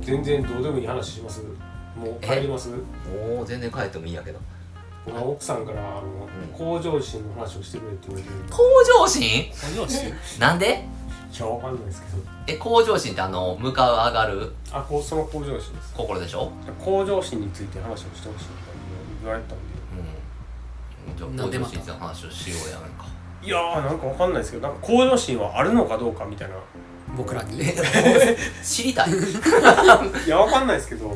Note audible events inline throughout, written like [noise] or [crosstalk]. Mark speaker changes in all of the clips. Speaker 1: 全然どうでもいい話しますもう帰ります
Speaker 2: おお全然帰ってもいいんやけど
Speaker 1: まあ奥さんからあの、
Speaker 2: ん
Speaker 1: 向上心の話をしてくれって言われて
Speaker 2: 向上心
Speaker 3: 何をして
Speaker 2: なんで
Speaker 1: いやわかんないですけど
Speaker 2: え向上心ってあの向かう上がる
Speaker 1: あこうその向上心です
Speaker 2: 心でしょ、
Speaker 1: 向上心について話をしてほしいみたいに言われたんで
Speaker 2: うん、じゃあ
Speaker 3: なん
Speaker 2: 向
Speaker 3: でま
Speaker 2: 上
Speaker 3: た
Speaker 2: 心の話をしようやなんか
Speaker 1: いやーなんかわかんないですけどなんか向上心はあるのかどうかみたいな
Speaker 3: 僕らに
Speaker 2: [laughs] 知りたいうん
Speaker 1: いやわかんないですけど、
Speaker 2: う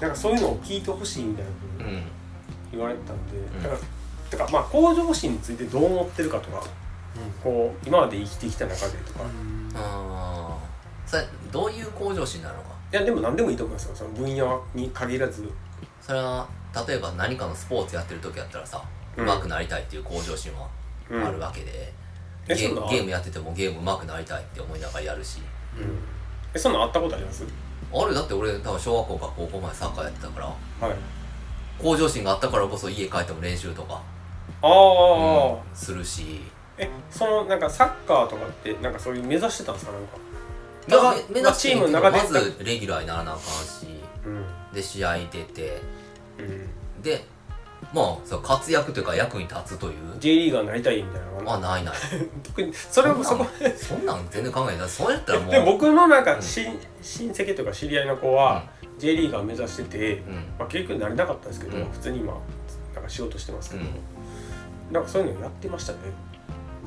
Speaker 1: なんかそういうのを聞いてほしいみたいなん言われてたんで、
Speaker 2: ん
Speaker 1: だからだからまあ向上心についてどう思ってるかとか、こう今まで生きてきた中でとか、い
Speaker 2: あーそれどういう向上心なのか
Speaker 1: やでも何でもいいと思いますよその分野に限らず
Speaker 2: それは例えば何かのスポーツやってる時やったらさ
Speaker 1: うん
Speaker 2: 上手くなりたいっていう向上心は
Speaker 1: うん
Speaker 2: あるわけで、
Speaker 1: え
Speaker 2: ゲ
Speaker 1: そんな
Speaker 2: ゲームやっててもゲーム上手くなりたいって思いながらやるし
Speaker 1: うんえそんなんあったことあります
Speaker 2: あれだって俺多分小学校から高校までサッカーやってたから
Speaker 1: はい
Speaker 2: 向上心があったからこそ家帰っても練習とか、
Speaker 1: ああ、
Speaker 2: うんするし
Speaker 1: えそのなんかサッカーとかってなんかそういう目指してたんですかなんか
Speaker 2: いや
Speaker 1: まあ
Speaker 2: め目指していいけど
Speaker 1: まあチームの中で
Speaker 2: まずレギュラーにならなあかんし
Speaker 1: うん
Speaker 2: で試合出て
Speaker 1: うん
Speaker 2: でまあそう活躍というか役に立つという
Speaker 1: J リーガーになりたいみたいなのが
Speaker 2: あないない
Speaker 1: 特にそれもそこ
Speaker 2: そんなん全然考えないそうやったらもう
Speaker 1: で僕のなんか
Speaker 2: ん
Speaker 1: し、親戚とか知り合いの子は J リーガー目指してて、
Speaker 2: うんうん
Speaker 1: まあ、結局なれなかったんですけど、
Speaker 2: うん
Speaker 1: 普通に今なんか仕事してますけ
Speaker 2: う
Speaker 1: ど、
Speaker 2: ん
Speaker 1: なんかそういうのやってましたね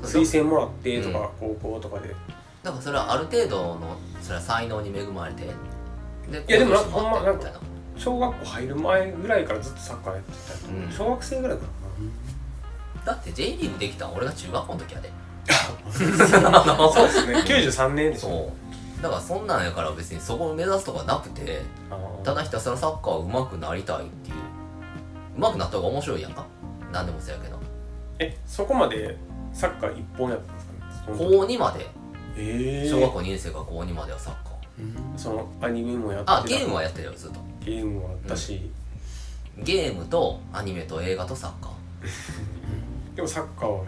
Speaker 2: そう
Speaker 1: 推薦もらってとか、高校とかでい
Speaker 2: だからそれはある程度のそれは才能に恵まれてで
Speaker 1: やでもなんか
Speaker 2: 向上心があってみたいな
Speaker 1: 小学校入る前ぐらいからずっとサッカーやってたりとか、
Speaker 2: うん
Speaker 1: 小学生ぐらいかな
Speaker 2: だって J リーグできたん俺が中学校の時やで [laughs]
Speaker 1: そうですね93年でしょ
Speaker 2: そうだからそんなんやから別にそこを目指すとかなくて
Speaker 1: あー
Speaker 2: ただひたすらサッカー上手くなりたいっていう上手くなった方が面白いやんか何でもそうやけど
Speaker 1: えそこまでサッカー一本やったんですかねその時
Speaker 2: 高2まで
Speaker 1: ええ
Speaker 2: 小学校2年生から高2まではサッカー
Speaker 1: そのアニメもやってた
Speaker 2: あゲームはやってるよずっと
Speaker 1: ゲームはあったし、
Speaker 2: ゲームとアニメと映画とサッカー
Speaker 1: でもサッカーは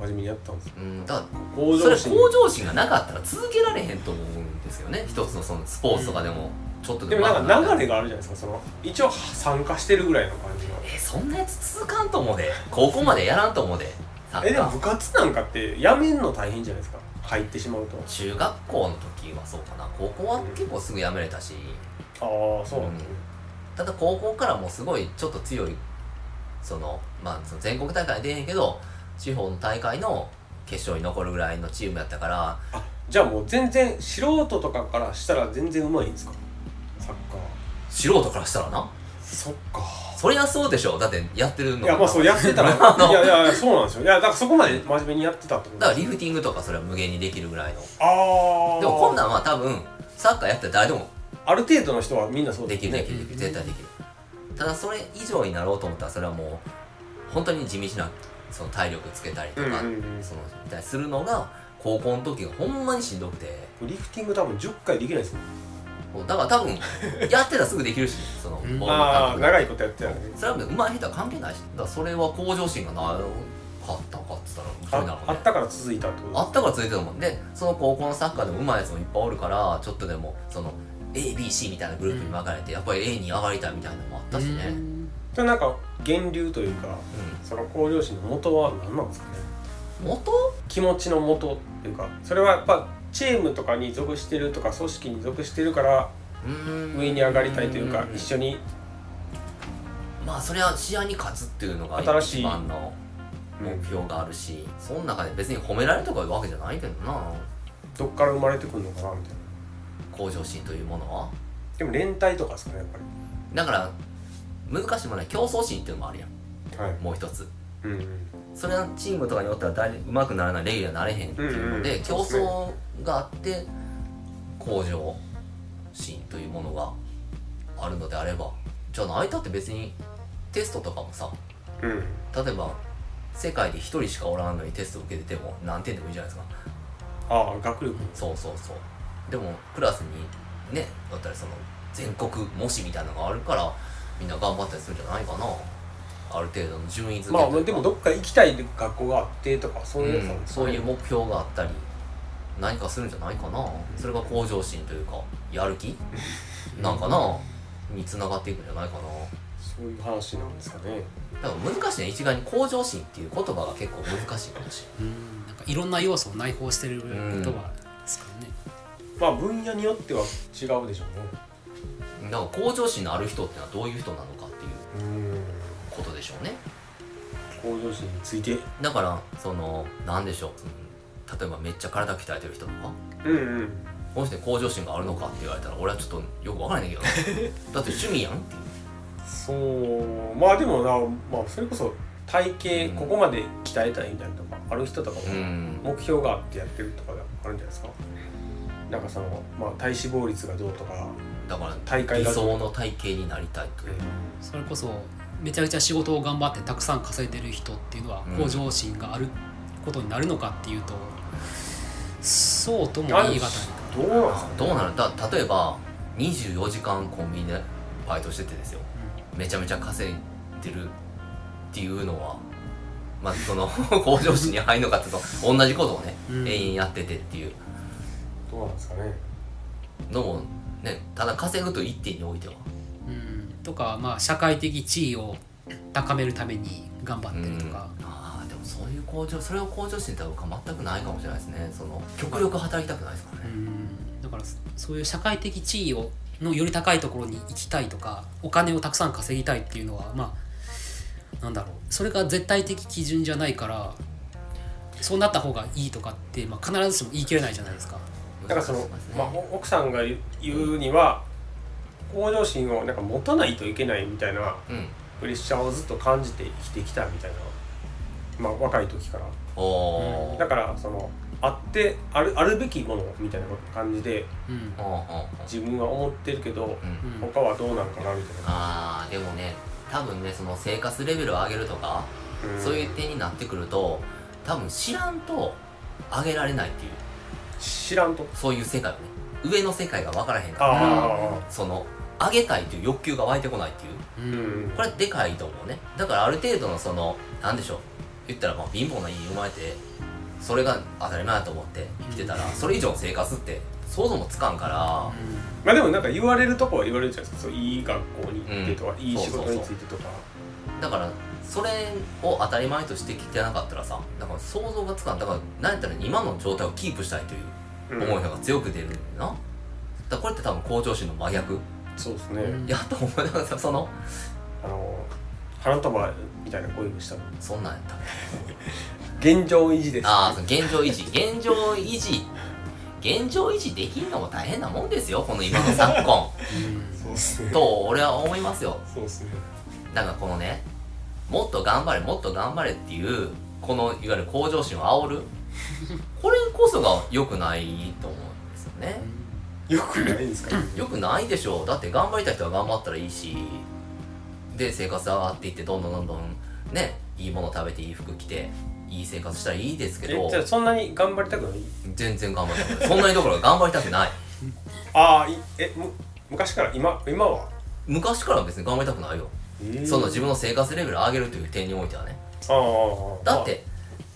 Speaker 1: 真面目にやったんです
Speaker 2: うんだから
Speaker 1: 向
Speaker 2: そ
Speaker 1: 上
Speaker 2: れ
Speaker 1: 心
Speaker 2: 向上心がなかったら続けられへんと思うんですよね一つのそのスポーツとかでもちょっと
Speaker 1: でもなんか流
Speaker 2: れ
Speaker 1: れがあるじゃないですかその一応参加してるぐらいの感じが
Speaker 2: えそんなやつ続かんと思うで高校までやらんと思うでサ
Speaker 1: え
Speaker 2: ッ
Speaker 1: で
Speaker 2: カ
Speaker 1: も
Speaker 2: ー
Speaker 1: 部活なんかってやめんの大変じゃないですか入ってしまうと
Speaker 2: 中学校の時はそうかな高校は結構すぐ辞めれたし
Speaker 1: ああそうなんだ、ね
Speaker 2: ただ高校からもうすごいちょっと強いそのまあその全国大会は出えへんけど地方の大会の決勝に残るぐらいのチームやったから
Speaker 1: あじゃあもう全然素人とかからしたら全然うまいんですかサッカー
Speaker 2: 素人からしたらな
Speaker 1: そっか
Speaker 2: そりゃそうでしょだってやってる
Speaker 1: い [laughs]
Speaker 2: の
Speaker 1: やまあそうやってたらいやいやいやそうなんですよいやだからそこまで真面目にやってたってこと
Speaker 2: だからリフティングとかそれは無限にできるぐらいの
Speaker 1: ああ
Speaker 2: でもこんなんは多分サッカーやったら誰でも
Speaker 1: ある程度の人はみんなそう
Speaker 2: できるできるでき
Speaker 1: うん
Speaker 2: る絶対できるただそれ以上になろうと思ったらそれはもう本当に地道なその体力つけたりとか、
Speaker 1: うんうんうん
Speaker 2: そのみたいにするのが高校の時がほんまにしんどくて
Speaker 1: リフティング多分10回できないですもん
Speaker 2: だから多分やってたらすぐでき
Speaker 1: [laughs]
Speaker 2: るしそのボールの
Speaker 1: ああ
Speaker 2: 感覚
Speaker 1: 長いことやってたらね
Speaker 2: それはもう上手い下手は関係ないしだからそれは向上心がなかったかっつったらそうなの
Speaker 1: ああったから続いたってこと
Speaker 2: あったからついてたもんでその高校のサッカーでも上手いやつもいっぱいおるからちょっとでもその ABC みたいなグループに分かれて、やっぱり A に上がりたいみたいなのもあったしね、うん
Speaker 1: でなんか源流というかその向上心の元は何なんですかね
Speaker 2: 元
Speaker 1: 気持ちの元っていうかそれはやっぱチームとかに属してるとか組織に属してるから
Speaker 2: うーん
Speaker 1: 上に上がりたいというか
Speaker 2: ん
Speaker 1: 一緒に
Speaker 2: まあそれは試合に勝つっていうのが
Speaker 1: 新しい
Speaker 2: 一番の目標があるし、その中で別に褒められるとかいうわけじゃないけどな
Speaker 1: どっから生まれてくるのかなみたいな
Speaker 2: 向上心というものは
Speaker 1: でも連帯とかですかねやっぱ
Speaker 2: だから難しいもんね競争心っていうのもあるやん
Speaker 1: りはい
Speaker 2: もう一つ
Speaker 1: うんうん
Speaker 2: それはチームとかによっては誰うまくならないレギュラーになれへんっていうので、
Speaker 1: うんうん
Speaker 2: 競争があって向上心というものがあるのであればじゃあ泣いたって別にテストとかもさ
Speaker 1: うん
Speaker 2: 例えば世界で1人しかおらんのにテスト受けてても何点でもいいじゃないですか
Speaker 1: ああ学力
Speaker 2: そうそうそうでもクラスにねだったりその全国模試みたいなのがあるからみんな頑張ったりするんじゃないかなある程度の順位付け
Speaker 1: まあ
Speaker 2: というか
Speaker 1: でもどっか行きたい学校があってとかそういうやつなん
Speaker 2: うん
Speaker 1: です
Speaker 2: そういう目標があったり何かするんじゃないかなそれが向上心というかや
Speaker 1: [laughs]
Speaker 2: る気なんかなにつながっていくんじゃないかな
Speaker 1: そういう話なんですかね
Speaker 2: だから難しいね一概に向上心っていう言葉が結構難しいかもし
Speaker 3: うんなんかいろんな要素を内包してる言葉ですからね、
Speaker 1: まあ分野によっては違うでしょ
Speaker 2: れないだから向上心のある人ってのはどういう人なのかってい
Speaker 1: う
Speaker 2: う
Speaker 1: ね
Speaker 2: ことでしょうね
Speaker 1: うん向上心について
Speaker 2: だからその何でしょううん例えばめっちゃ体鍛えてる人とか
Speaker 1: うんうん
Speaker 2: この人に向上心があるのかって言われたら俺はちょっとよくわからないんだけどだって趣味やんっていう
Speaker 1: そうまあでもな、まあ、それこそ体
Speaker 2: うん
Speaker 1: 型ここまで鍛えたいみたいなとかある人とかも
Speaker 2: うん
Speaker 1: 目標があってやってるとかがあるんじゃないですかなんかその、まあ、体脂肪率がどうとか、
Speaker 2: だから
Speaker 1: 大会
Speaker 2: 理
Speaker 1: が
Speaker 2: 想の体型になりたいという
Speaker 3: それこそめちゃくちゃ仕事を頑張ってたくさん稼いでる人っていうのは
Speaker 2: うん
Speaker 3: 向上心があることになるのかっていうと、そうとも
Speaker 1: あ
Speaker 3: 言い難い
Speaker 1: どうなんですか
Speaker 2: どうなるだ例えば24時間コンビニでバイトしててですよめちゃめちゃ稼いでるっていうのはまあその [laughs] 向上心に入るのかってその同じことをね、
Speaker 3: うん
Speaker 2: 永遠やっててっていう
Speaker 1: どうなんですかね
Speaker 2: のもねただ稼ぐと一点においては
Speaker 3: うんうんとか、まあ、社会的地位を高めるために頑張ってるとか、
Speaker 2: うんああでもそういう向上それを向上心って僕は全くないかもしれないですねその極力働きたくないですから
Speaker 3: う
Speaker 2: ね、
Speaker 3: んだからそそういう社会的地位をのより高いところに行きたいとかお金をたくさん稼ぎたいっていうのはまあなんだろうそれが絶対的基準じゃないからそうなった方がいいとかって、まあ、必ずしも言い切れないじゃないですか。
Speaker 1: だからその
Speaker 2: 難しいです、ね
Speaker 1: まあ、お奥さんが言うには向上心をなんか持たないといけないみたいな
Speaker 2: うん
Speaker 1: プレッシャーをずっと感じて生きてきたみたいな、まあ、若い時から
Speaker 2: おー
Speaker 1: だからそのあってあるあるべきものみたいな感じで
Speaker 3: うん
Speaker 2: うんうん
Speaker 1: 自分は思ってるけど
Speaker 2: うんうん
Speaker 3: うん
Speaker 1: 他はどうなんかなみたいな、
Speaker 2: あーでもね多分ねその生活レベルを上げるとか、
Speaker 1: ん
Speaker 2: そういう点になってくると多分知らんと上げられないっていう
Speaker 1: 知らんと
Speaker 2: そういう世界をね上の世界が分からへんから
Speaker 1: ああ
Speaker 2: その上げたいという欲求が湧いてこないっていう
Speaker 3: う
Speaker 1: うんん
Speaker 2: これはでかいと思うねだからある程度のそのなんでしょう言ったらまあ貧乏な家に生まれてそれが当たり前だと思って生きてたらそれ以上の生活って想像もつかんから
Speaker 1: まあでもなんか言われるとこは言われるじゃないですかそういい学校に行ってとか、いい仕事
Speaker 2: そうそうそう
Speaker 1: についてとか
Speaker 2: だからそれを当たり前としてきてなかったらさだから想像がつかんだから何やったら今の状態をキープしたいという
Speaker 1: う
Speaker 2: 思いの方が強く出るんだよな、だからこれって多分向上心の真逆
Speaker 1: そうですね、
Speaker 3: うん
Speaker 2: やっと思いながらその
Speaker 1: あの花束みたいな恋をしたの
Speaker 2: そんなんやったっけ
Speaker 1: 現状維持です
Speaker 2: ああその現状維持現状維持現状維持できるのも大変なもんですよこの今の昨今
Speaker 1: そうっすね
Speaker 2: と俺は思いますよ
Speaker 1: そうっすね
Speaker 2: だからこのねもっと頑張れもっと頑張れっていうこのいわゆる向上心を煽るこれこそが良くないと思うんですよね
Speaker 1: よくないんですかね
Speaker 2: 良くないでしょうだって頑張りたい人は頑張ったらいいしで生活上がっていってどんどんどんどんねいいもの食べていい服着ていい生活したらいいですけ
Speaker 1: え
Speaker 2: ど
Speaker 1: じゃあそんなに頑張りたくない
Speaker 2: 全然頑張りたくないそんなにどころか頑張りたくない
Speaker 1: ああいえむ昔から今今は
Speaker 2: 昔から別に頑張りたくないよその自分の生活レベルを上げるという点においてはね
Speaker 1: ああ
Speaker 2: だって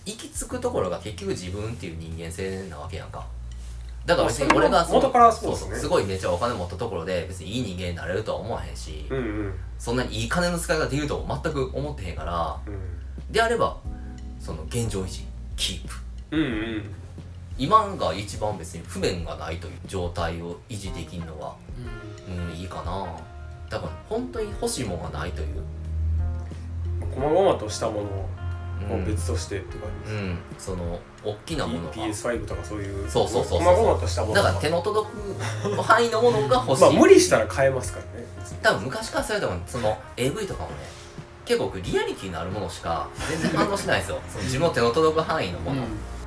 Speaker 2: 行き着くところが結局自分っていう人間性なわけやんかだから別に俺が
Speaker 1: まあそれは元からそうですね
Speaker 2: そうすごいめっちゃお金持ったところで別にいい人間になれるとは思わへんし、
Speaker 1: うんうん
Speaker 2: そんなにいい金の使い方できるとも全く思ってへんからであればその現状維持キー
Speaker 1: う
Speaker 2: プ
Speaker 1: んうんうん
Speaker 2: 今が一番別に不便がないという状態を維持できるのがうんいいかなだから本当に欲しいもんがないという、
Speaker 1: こまごまとしたものを
Speaker 2: う
Speaker 1: こ
Speaker 2: ん
Speaker 1: う別としてって感じ
Speaker 2: うん、その大きなものが
Speaker 1: PS5 とかそういう
Speaker 2: そうそうそうそう
Speaker 1: こまごまとしたもの
Speaker 2: だ
Speaker 1: が
Speaker 2: から手の届く範囲のものが欲しい、
Speaker 1: まあ無理したら買えますからね
Speaker 2: 多分昔からそれでもその AV とかもね結構僕リアリティのあるものしか全然反応しないですよその自分の手の届く範囲のもの、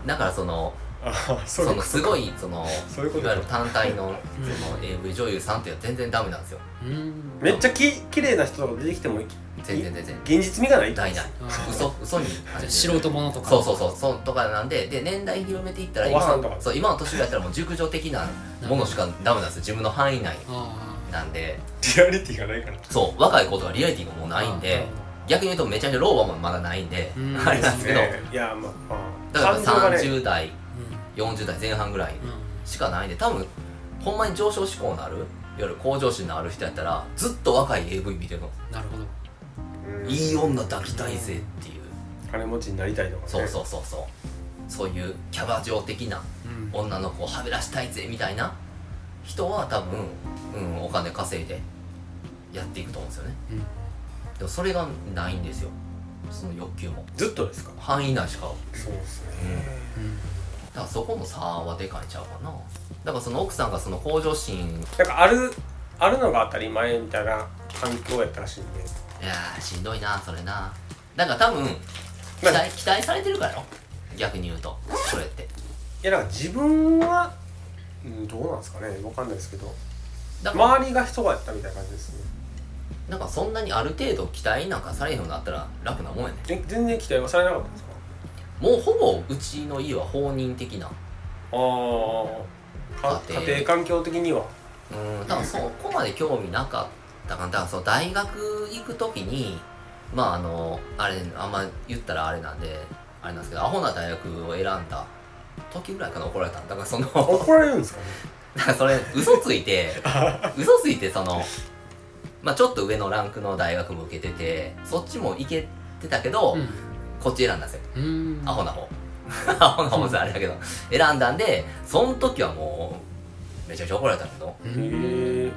Speaker 2: だからその
Speaker 1: ああ
Speaker 2: そ
Speaker 1: そう
Speaker 2: のすごいその
Speaker 1: そういうこと
Speaker 2: いわゆる単体の
Speaker 3: うん
Speaker 2: その AV 女優さんっていうのは全然ダメなんですよ
Speaker 3: うん
Speaker 1: めっちゃき綺麗な人が出てきても
Speaker 2: 全然全然
Speaker 1: 現実味がない
Speaker 2: ないない
Speaker 3: あー
Speaker 2: 嘘嘘に
Speaker 3: じゃあ素人ものとか
Speaker 2: そうそうそうそうとかなんでで年代広めていったら
Speaker 1: おばさん
Speaker 2: の
Speaker 1: とか
Speaker 2: そう今の年ぐらいだったらもう熟女的なものしかダメなんですよ自分の範囲内
Speaker 3: あ
Speaker 2: なんで
Speaker 1: リアリティがないから
Speaker 2: そう若い子とはリアリティがもう
Speaker 3: ー
Speaker 2: ないんで
Speaker 3: あ
Speaker 2: 逆に言うとめちゃめちゃ老婆もまだないんで [laughs]
Speaker 3: うん
Speaker 2: あれなんですけど
Speaker 1: ねいやまあまあ
Speaker 2: だから
Speaker 1: 感情がね
Speaker 2: 30代
Speaker 3: ー
Speaker 2: 40代前半ぐらい
Speaker 3: うん
Speaker 2: しかないんで多分ほんまに上昇志向のあるいわゆる向上心のある人やったらずっと若い AV 見てるの
Speaker 3: なるほど
Speaker 2: いい女抱きたいぜっていう
Speaker 1: 金持ちになりたいとかね
Speaker 2: そうそうそうそうそういうキャバ嬢的な
Speaker 3: うん
Speaker 2: 女の子をはべらしたいぜみたいな人は多分、うん、お金稼いでやっていくと思うんですよね
Speaker 3: うん
Speaker 2: でもそれがないんですよその欲求も
Speaker 1: ずっとですか
Speaker 2: 範囲内しか
Speaker 1: そうですね
Speaker 3: うん
Speaker 2: だからそこの差はでかいんちゃうかなだからその奥さんがその向上心
Speaker 1: なんかあるあるのが当たり前みたいな環境やったらしいんで
Speaker 2: いやーしんどいなそれなだから多分期
Speaker 1: まあ
Speaker 2: 待期待されてるからよ逆に言うとそれって
Speaker 1: いやなんか自分は、うん、どうなんですかねわかんないですけど
Speaker 2: だから、
Speaker 1: 周りが人がやったみたいな感じですね
Speaker 2: なんかそんなにある程度期待なんかされへんようになったら楽なもんやね
Speaker 1: え全然期待はされなかったんですか
Speaker 2: もうほぼうちの家は放任的な
Speaker 1: ああ
Speaker 2: 家庭
Speaker 1: 家庭環境的には
Speaker 2: うん多分そこまで興味なかったかなだからその大学行く時にまああのあれあんま言ったらあれなんであれなんですけどアホな大学を選んだ時ぐらいかな怒られたのだからその
Speaker 1: 怒られるんですかね
Speaker 2: だからそれ嘘ついて嘘ついてそのまあちょっと上のランクの大学も受けててそっちも行けてたけど、こっち選んだんですよ
Speaker 3: うんうん
Speaker 2: アホな方 [laughs] アホな方じゃあれだけど選んだんでその時はもうめちゃくちゃ怒られたけど
Speaker 3: うん
Speaker 1: へえ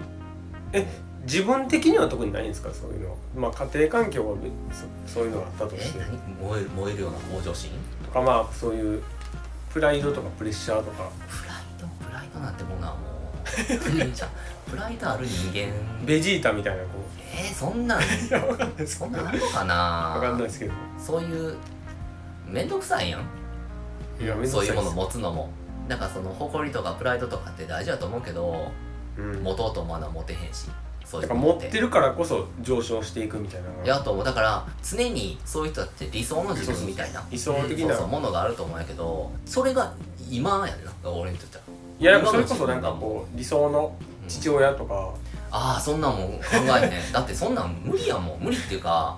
Speaker 1: え自分的には特にないんですかそういうのはまあ家庭環境は別そそういうのがあったと
Speaker 2: え
Speaker 1: して
Speaker 2: 何燃える燃えるような向上心
Speaker 1: とかまあそういうプライドとかプレッシャーとか
Speaker 2: プライドプライドなんてものはも
Speaker 3: うん
Speaker 2: うじゃ [laughs] あプライドある人間
Speaker 1: ベジータみたいなこ
Speaker 2: えー、そんなん
Speaker 1: ういやわかんないです
Speaker 2: そ
Speaker 1: わ
Speaker 2: んなんあるのかな
Speaker 1: かんないですけど
Speaker 2: そういうめんどくさいやん
Speaker 1: いやめんど
Speaker 2: そう
Speaker 1: く
Speaker 2: い
Speaker 1: さい
Speaker 2: うも
Speaker 1: で
Speaker 2: の
Speaker 1: す
Speaker 2: 持つのもなんかその誇りとかプライドとかって大事だと思うけど
Speaker 1: うん
Speaker 2: 持とうと思わな持てへんしそうい
Speaker 1: だ
Speaker 2: う
Speaker 1: から
Speaker 2: の
Speaker 1: 持ってるからこそ上昇していくみたいなのが
Speaker 2: やと思うだから常にそういう人だって理想の自分みたいな
Speaker 1: 理想的
Speaker 2: そう
Speaker 1: な
Speaker 2: そうものがあると思うんやけどそれが今やねんな俺にとってはい
Speaker 1: やなんかそれこそなんかこう理想の父親とか
Speaker 2: ああそんなんもん考え
Speaker 1: [laughs]
Speaker 2: ねだってそんなん無理やもん無理っていうか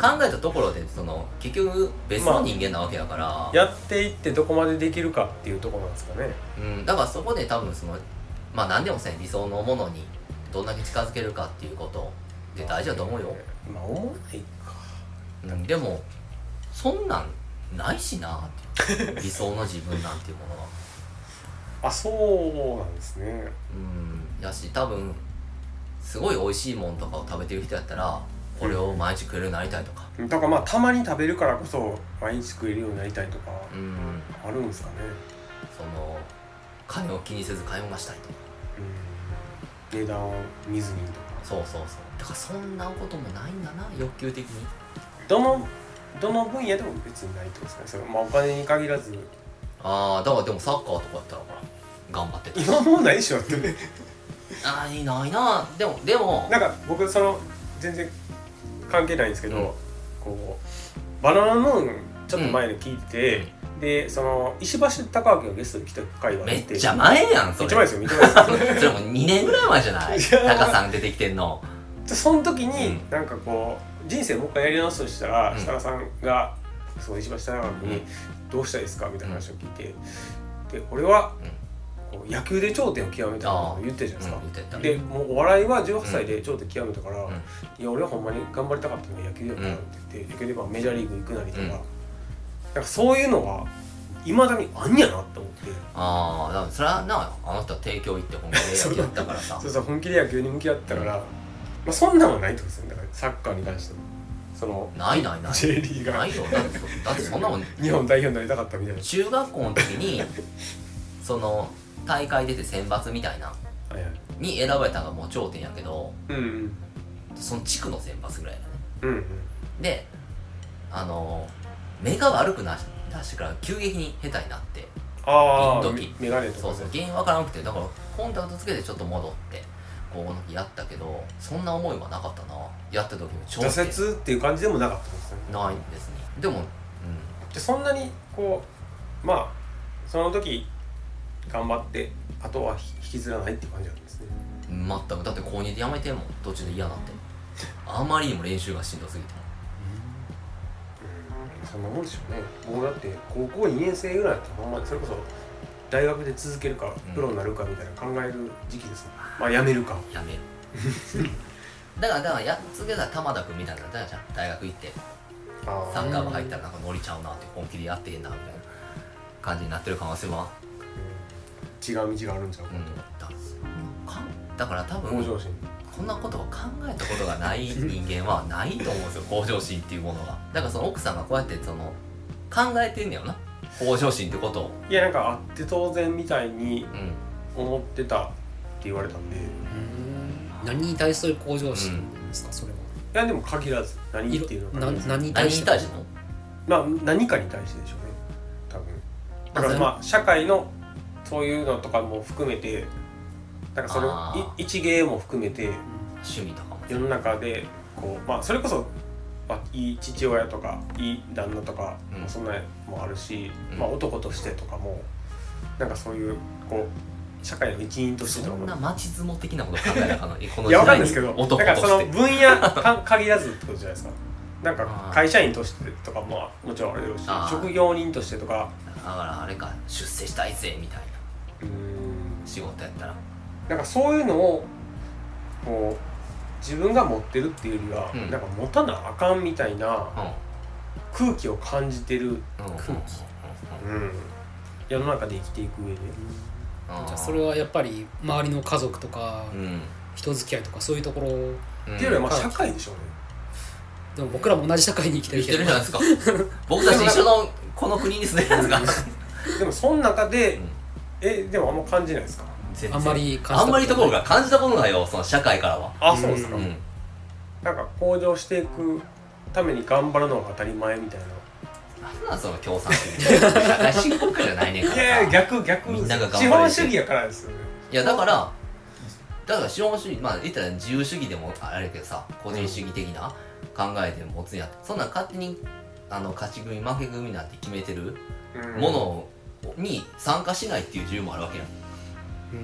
Speaker 2: 考えたところでその結局別の人間なわけだから、
Speaker 1: やっていってどこまでできるかっていうところなんですかね
Speaker 2: うん、だからそこで多分そのまあ何でもせん理想のものにどんだけ近づけるかっていうことって大事だと思うよ、
Speaker 1: まあ思わないか
Speaker 2: うん、でもそんなんないしなっていう理想の自分なんていうものは
Speaker 1: あそうなんですね
Speaker 2: うんやし多分すごい美味しいもんとかを食べてる人やったらこれを毎日食えるようになりたいとか
Speaker 1: だからまあたまに食べるからこそ毎日食えるようになりたいとか
Speaker 2: うん
Speaker 1: あるんですかね
Speaker 2: その金を気にせず買い物がしたいとか
Speaker 1: うん値段を見ずにとか
Speaker 2: そうそうそうだからそんなこともないんだな欲求的に
Speaker 1: どのどの分野でも別にないってことですかねそれ、まあ、お金に限らず
Speaker 2: ああだからでもサッカーとかやったらほら頑張ってた
Speaker 1: 今もうないでしょだってね
Speaker 2: あーないなでもでも
Speaker 1: なんか僕その全然関係ないんですけど、
Speaker 2: うん
Speaker 1: こうバナナムーンちょっと前で聞いてて、でその石橋貴明がゲストに来た回があって
Speaker 2: めっちゃ前やんそ
Speaker 1: めっ
Speaker 2: れ
Speaker 1: ちゃ前ですよめっちゃ前ですよ
Speaker 2: [laughs] それも2年ぐらい前じゃない
Speaker 1: い
Speaker 2: タ
Speaker 1: や
Speaker 2: カさん出てきてんの
Speaker 1: で
Speaker 2: [laughs]
Speaker 1: その時に、
Speaker 2: うん
Speaker 1: なんかこう人生もう一回やり直すとしたら、
Speaker 2: うん
Speaker 1: 設楽さんがそう石橋貴明
Speaker 2: う
Speaker 1: に「どうしたいですか?」みたいな話を聞いて、で俺は、こう野球で頂点を極めたって言ってるじゃ
Speaker 2: うん
Speaker 1: ないですか。
Speaker 2: 言ってた
Speaker 1: でもうお笑いは18歳で頂点極めたから、
Speaker 2: うん
Speaker 1: いや俺はほんまに頑張りたかったのは野球だからって言って、野球でまあメジャーリーグ行くなりとか,、
Speaker 2: うん
Speaker 1: なんかそういうのはいまだにあんやなと思って
Speaker 2: ああだからそれはなあの人は提供行って本気で野球やったからさ
Speaker 1: [laughs] そうそう本気で野球に向き合ったから、まあ、そんなんはないってことですよねだからサッカーに関してもその
Speaker 2: ないないない
Speaker 1: J リーガ
Speaker 2: な
Speaker 1: ー
Speaker 2: いよだってだってそんなもん
Speaker 1: 日本代表になりたかったみたいな、
Speaker 2: 中学校の時にその大会出て選抜みたいな
Speaker 1: はいはい、
Speaker 2: に選ばれたのがもう頂点やけど
Speaker 1: うんうん
Speaker 2: その地区の選抜ぐらいだね
Speaker 1: うんうん
Speaker 2: であの目が悪くな出してから急激に下手になって
Speaker 1: ああ
Speaker 2: いい時
Speaker 1: メガネとか
Speaker 2: そう
Speaker 1: ね
Speaker 2: そう原因わからなくてだからコンタクトつけてちょっと戻って高校の時やったけどそんな思いはなかったなやった時も超
Speaker 1: 挫折っていう感じでもなかったんですよね
Speaker 2: ないんですねでも、うん、
Speaker 1: でそんなにこうまあその時頑張ってあとは引きずらないって感じなんですね
Speaker 2: 全くだって高2でやめてんもん途中で嫌になってあまりにも練習がしんどすぎて
Speaker 1: そんなもんでしょうね僕だって高校2年生ぐらいだったらほんまにそれこそ大学で続けるか
Speaker 2: うん
Speaker 1: プロになるかみたいな考える時期ですね、まあ辞めるか
Speaker 2: やめるだからだからやっつけたら玉田君みたいになったじゃん大学行って
Speaker 1: あ
Speaker 2: サッカー部入ったらなんかノリちゃうなって本気でやってへんなみたいな感じになってる可能性は
Speaker 1: ーうん違う道があるんちゃう
Speaker 2: う
Speaker 1: か
Speaker 2: んだかんだから多
Speaker 1: 向
Speaker 2: 分
Speaker 1: 上心
Speaker 2: こんなことを考えたことがない人間はないと思うんですよ向上心っていうものがだからその奥さんがこうやってその考えてんねやろな向上心ってことを
Speaker 1: いやなんかあって当然みたいに
Speaker 2: うん
Speaker 1: 思ってたって言われたんでい
Speaker 3: 何に対する向上心ですか、それは
Speaker 1: やでも限らず何っていうの
Speaker 3: な
Speaker 1: は
Speaker 3: 何
Speaker 2: 何
Speaker 3: に対し
Speaker 2: に
Speaker 3: て
Speaker 2: 対しての
Speaker 1: まあ何かに対してでしょうね多分だか
Speaker 2: まあそれ
Speaker 1: らまあ社会のそういうのとかも含めてだからそ
Speaker 2: あ
Speaker 1: の
Speaker 2: ー
Speaker 1: い一芸も含めて
Speaker 2: 趣味とかも
Speaker 1: 世の中でこう、まあ、それこそ、まあ、いい父親とかいい旦那とか、
Speaker 2: うん
Speaker 1: まあそんなのもあるし、
Speaker 2: うん
Speaker 1: まあ、男としてとかもなんかそういうこう社会の一員としてと
Speaker 2: そ
Speaker 1: か
Speaker 2: ん
Speaker 1: も
Speaker 2: な町相撲的なこと考えなかなこの
Speaker 1: いやわかんないですけど
Speaker 2: 男
Speaker 1: だ
Speaker 2: と
Speaker 1: からその
Speaker 2: して
Speaker 1: 分野か [laughs] 限らずってことじゃないですかなん
Speaker 2: あ
Speaker 1: か
Speaker 2: ー
Speaker 1: 会社員としてとかももちろんあれだし
Speaker 2: あー
Speaker 1: 職業人としてとか
Speaker 2: だからあれか出世したいぜみたいな
Speaker 1: うーん
Speaker 2: 仕事やったら
Speaker 1: なんかそういうのをこう自分が持ってるっていうよりは、
Speaker 2: うん
Speaker 1: なんか持たなあかんみたいな
Speaker 2: うん
Speaker 1: 空気を感じてる、
Speaker 2: うんうんうんうん
Speaker 3: 空気
Speaker 1: うん、世の中で生きていく上で、
Speaker 2: うん
Speaker 3: じゃあそれはやっぱり周りの家族とか
Speaker 2: うん
Speaker 3: 人付き合いとかそういうところ
Speaker 2: うん
Speaker 1: っていうよりはまあ
Speaker 3: うん
Speaker 1: 社会でしょうね、
Speaker 3: でも僕らも同じ社会に生きて
Speaker 2: 生きてる
Speaker 3: るけど
Speaker 2: じゃないですか僕たち一緒のこの国に住んでるんですか
Speaker 1: でもその中で、
Speaker 2: うん
Speaker 1: えでもあんま感じないですか
Speaker 2: 全然
Speaker 3: あんまり感じたことない
Speaker 2: あんまりところが感じたことないよその社会からは
Speaker 1: あそうですか、
Speaker 2: うん
Speaker 1: なんか向上していくために頑張るのが当たり前みたいな
Speaker 2: なんなんその共産主
Speaker 1: [laughs]
Speaker 2: 義社会主義国家じゃないねんから
Speaker 1: いやいや
Speaker 2: さ
Speaker 1: 逆逆
Speaker 2: みんなが頑張れ
Speaker 1: 資本主義やからですよね
Speaker 2: いやだからだから資本主義まあ言ったら自由主義でもあれやけどさ個人主義的な考えで持つんやそんなん勝手にあの勝ち組負け組なんて決めてる
Speaker 1: うん
Speaker 2: ものに参加しないっていう自由もあるわけやん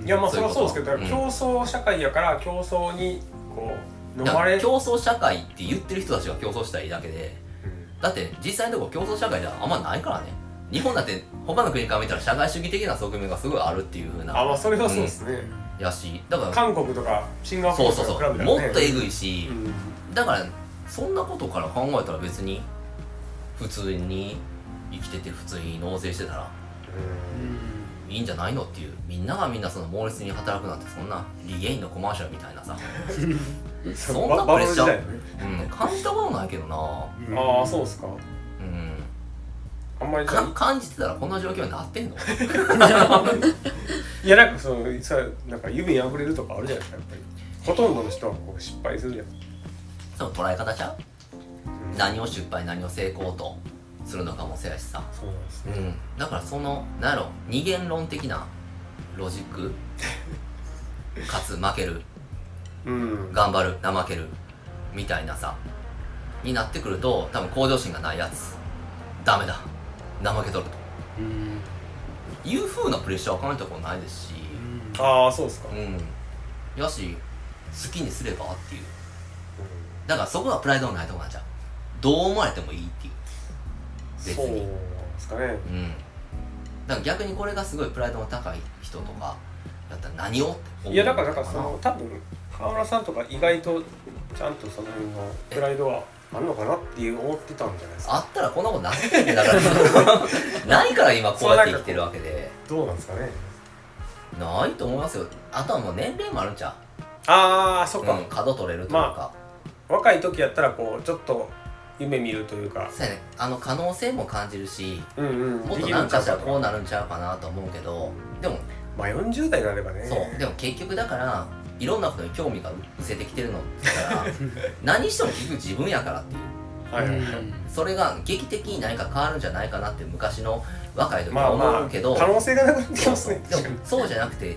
Speaker 3: うん
Speaker 1: いやまあ
Speaker 2: そ
Speaker 1: そうれ
Speaker 2: い
Speaker 1: は
Speaker 2: うこ
Speaker 1: そうで
Speaker 2: と
Speaker 1: すけどだから
Speaker 2: う
Speaker 1: 競争社会やから競争にこう飲
Speaker 2: だ
Speaker 1: ま
Speaker 2: か
Speaker 1: れ
Speaker 2: ら競争社会って言ってる人たちが競争したいだけで
Speaker 1: うん
Speaker 2: だって実際のところ競争社会ではあんまないからね日本だって他の国から見たら社会主義的な側面がすごいあるっていう風
Speaker 1: あま
Speaker 2: な
Speaker 1: あそれはそうですね、
Speaker 2: やしだから
Speaker 1: 韓国とかシンガポ
Speaker 2: そ
Speaker 1: ー
Speaker 2: う
Speaker 1: ル
Speaker 2: そう
Speaker 1: と
Speaker 2: そ
Speaker 1: か
Speaker 2: う
Speaker 1: 比べたらね
Speaker 2: もっとえぐいし
Speaker 1: う、ん
Speaker 2: だからそんなことから考えたら別に普通に生きてて普通に納税してたら
Speaker 3: うん
Speaker 2: いいんじゃないのっていうみんながみんなその猛烈に働くなんてそんなリゲインのコマーシャルみたいなさ、
Speaker 1: うん
Speaker 2: そん
Speaker 1: の
Speaker 2: な
Speaker 1: ババブ
Speaker 2: プレ
Speaker 1: ル
Speaker 2: ッ
Speaker 1: 時
Speaker 2: シャー
Speaker 1: 代のね
Speaker 2: うん、感じたことないけどな
Speaker 1: ああそうですか
Speaker 2: うん
Speaker 1: あんまりじゃ
Speaker 2: か
Speaker 1: あ
Speaker 2: 感じてたらこんな状況になってんの [laughs]
Speaker 1: いやなんかそのさなんか指にあふれるとかあるじゃないですかやっぱりほとんどの人はこう失敗するじゃん
Speaker 2: その捉え方ちゃう
Speaker 1: うん
Speaker 2: 何を失敗何を成功とするのかもそうやしさ、
Speaker 1: そうなんですね
Speaker 2: うん、だからそのなんやろ二元論的なロジッ
Speaker 1: [laughs]
Speaker 2: ク勝つ負ける
Speaker 1: うん
Speaker 2: 頑張る怠けるみたいなさになってくると多分向上心がないやつダメだ怠けとると
Speaker 3: うん
Speaker 2: いう風なプレッシャーは感じたことないですし
Speaker 1: ああそうですか、うん
Speaker 2: うんやし好きにすればっていうだからそこがプライドのないとこなんちゃうどう思われてもいいっていう別に
Speaker 1: そうなんですかね
Speaker 2: うんだから逆にこれがすごいプライドの高い人とかだったら何をって思う
Speaker 1: いやだからだからその多分河村さんとか意外とちゃんとその辺のプライドはあるのかなっていう思ってたんじゃないですか
Speaker 2: あったらこんなことなってんねんだから
Speaker 1: [laughs]
Speaker 2: ないから今こうやって生きてるわけで
Speaker 1: どうなんですかね
Speaker 2: ないと思いますよあとはもう年齢もあるんちゃ、
Speaker 1: ああそうっか、
Speaker 2: うん、角取れるというか、
Speaker 1: 若い時やったらこうちょっと夢見るというか
Speaker 2: そうやねあの可能性も感じるし
Speaker 1: うんうん
Speaker 2: もっと
Speaker 1: できる
Speaker 2: 何
Speaker 1: んちゃ
Speaker 2: か
Speaker 1: う
Speaker 2: したらこう
Speaker 1: か
Speaker 2: なるんちゃうかなと思うけどでも
Speaker 1: まあ40代になればね
Speaker 2: そうでも結局だからいろんなことに興味が失せてきてるのだから
Speaker 1: [laughs]
Speaker 2: 何しても結局自分やからっていう
Speaker 1: はいはいはい
Speaker 2: それが劇的に何か変わるんじゃないかなって昔の若い時
Speaker 1: ま
Speaker 2: は
Speaker 1: あま
Speaker 2: 思
Speaker 1: あ
Speaker 2: うけど、
Speaker 1: 可能性がなくなってきますね
Speaker 2: で
Speaker 1: 確かに
Speaker 2: もそうじゃなくて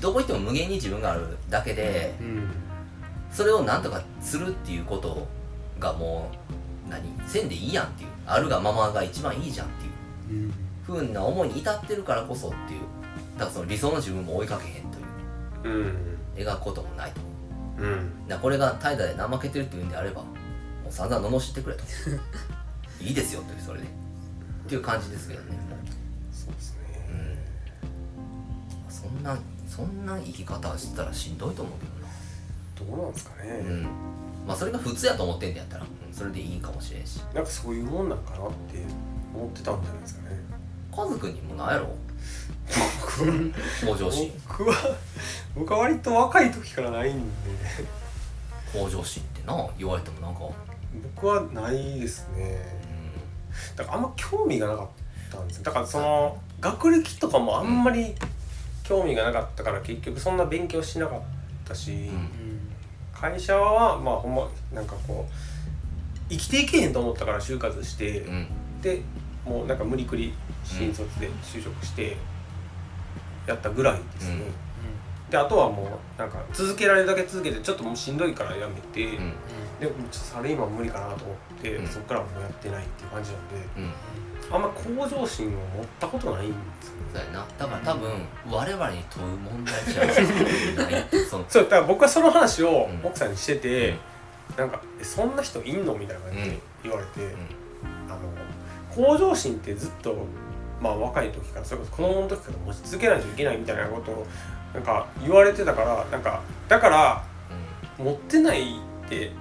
Speaker 2: どこ行っても無限に自分があるだけで
Speaker 3: うん
Speaker 2: それをなんとかするっていうことがもう何せんでいいやんっていうあるがままが一番いいじゃんっていうふ
Speaker 3: うん
Speaker 2: うな思いに至ってるからこそっていうだからその理想の自分も追いかけへんとい
Speaker 1: うん
Speaker 2: う描くこともないと
Speaker 1: うん
Speaker 2: だからこれが怠惰で怠けてるっていうんであればもう散々罵ってく
Speaker 1: [laughs]
Speaker 2: れといいですよというそれでっていう感じですけどね
Speaker 1: そうですね
Speaker 2: うんそんなそんな生き方してたらしんどいと思うけどな
Speaker 1: どうなんですかね、
Speaker 2: うんまあそれが普通やと思ってんだやったら、うんそれでいいかもしれんし
Speaker 1: なんかそういうもんなんかなって思ってたんじゃないですかね
Speaker 2: カズくんにもなんやろ
Speaker 1: 僕は
Speaker 2: 向上心
Speaker 1: 僕は僕は割と若い時からないんで
Speaker 2: 向上心ってな言われてもなんか
Speaker 1: 僕はないです
Speaker 2: う
Speaker 1: ね
Speaker 2: ん
Speaker 1: だからあんま興味がなかったんですよだからその学歴とかもあんまり興味がなかったから結局そんな勉強しなかったし、
Speaker 2: うん
Speaker 1: 会社はまあほんまなんかこう生きていけへんと思ったから就活して、
Speaker 2: うん
Speaker 1: でもうなんか無理くり新卒で就職してやったぐらいですね、であとはもうなんか続けられるだけ続けてちょっともうしんどいからやめて、
Speaker 2: うん
Speaker 1: でもちょっとサラリーマン無理かなと思って、
Speaker 2: うん
Speaker 1: そっからはもうやってないっていう感じなんで
Speaker 2: うん
Speaker 1: あんま向上心を持ったことないんですよね
Speaker 2: そうやなだから多分我々に問う問題じ
Speaker 1: [laughs]
Speaker 2: ゃないその
Speaker 1: そうだから僕はその話を
Speaker 2: うん
Speaker 1: 奥さんにしてて、なんか「えそんな人いんの?」みたいな感じで言われて、あの向上心ってずっと、まあ、若い時からそれこそ子供の時から持ち続けないといけないみたいなことをなんか言われてたからなんかだから
Speaker 2: うん
Speaker 1: 持ってないって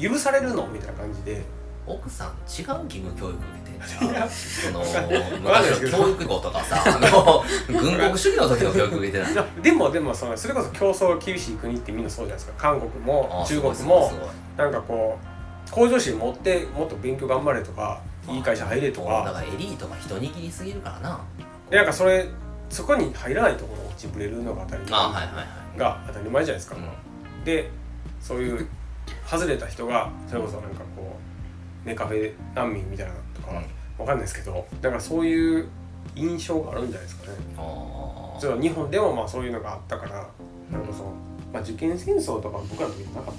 Speaker 1: 許されるのみたいな感じで
Speaker 2: 奥さん違う義務教育受けてんじゃんその
Speaker 1: わかんないで
Speaker 2: 昔
Speaker 1: すけ
Speaker 2: の
Speaker 1: ど
Speaker 2: 教育校とかさあの軍国主義の時の教育受けてない
Speaker 1: いやでもでもそのそれこそ競争が厳しい国ってみんなそうじゃないですか韓国
Speaker 2: あ
Speaker 1: も
Speaker 2: ーす
Speaker 1: 中
Speaker 2: ごい
Speaker 1: 国
Speaker 2: すごい
Speaker 1: も
Speaker 2: すごい
Speaker 1: なんかこう向上心持ってもっと勉強頑張れとかいい会社入れと
Speaker 2: だ
Speaker 1: か
Speaker 2: からエリートが人握りすぎるからな
Speaker 1: でなんかそれそこに入らないところを落ちぶれるのが当たり
Speaker 2: あ
Speaker 1: 前
Speaker 2: はいはいはい
Speaker 1: が当たり前じゃないですか、
Speaker 2: う
Speaker 1: でそういう外れた人がそれこそなんかこうネカフェ難民みたいなのとか
Speaker 2: ん、
Speaker 1: わか
Speaker 2: あ
Speaker 1: んないですけどだからそういう印象があるんじゃないですかね
Speaker 2: あ
Speaker 1: ちょっと日本でもまあそういうのがあったからなんかその、まあ、受験戦争とか僕らの時なかったけど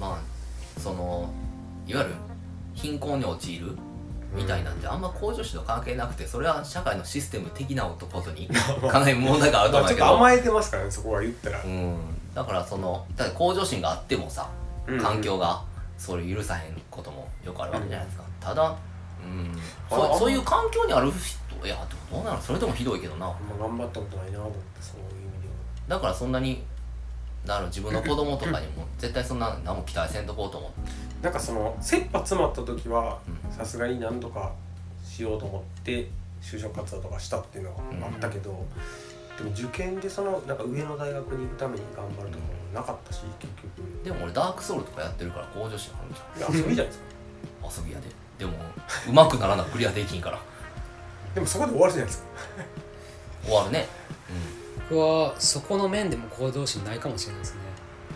Speaker 2: まあそのいわゆる貧困に陥るみたいなんてあんま向上心と関係なくてそれは社会のシステム的なこ
Speaker 1: [laughs]
Speaker 2: とにかなり問題があると
Speaker 1: まあちょっ
Speaker 2: 思うんやけ
Speaker 1: と
Speaker 2: ど、
Speaker 1: 甘えてますからねそこは言ったら、
Speaker 2: うん、だからそのだから向上心があってもさ
Speaker 1: うん
Speaker 2: 環境がそれ許さへんこともよくあるわけじゃないですか、ただ、うん、
Speaker 1: ああ
Speaker 2: そ
Speaker 1: ん
Speaker 2: そういう環境にある人いやどうなのそれともひどいけどな
Speaker 1: あんま頑張ったことないなと思ってそういう意味では
Speaker 2: だからそんなになる自分の子供とかにも [laughs] 絶対そんな何も期待せんとこうと思って、
Speaker 1: なんかその切羽詰まった時は
Speaker 2: うん
Speaker 1: さすがに何とかしようと思って就職活動とかしたっていうのがあったけど、でも受験でそのなんか上の大学に行くために頑張るとかもなかったし結局
Speaker 2: でも俺ダークソウルとかやってるから向上心あるんじ
Speaker 1: いや遊びじゃないです
Speaker 3: [laughs]
Speaker 1: か
Speaker 2: ゃん遊びやででもうまくならなクリアできんから
Speaker 1: でもそこで終わるじゃないですか
Speaker 2: 終わるね
Speaker 3: 僕はそこの面でも行動心ないかもしれないですね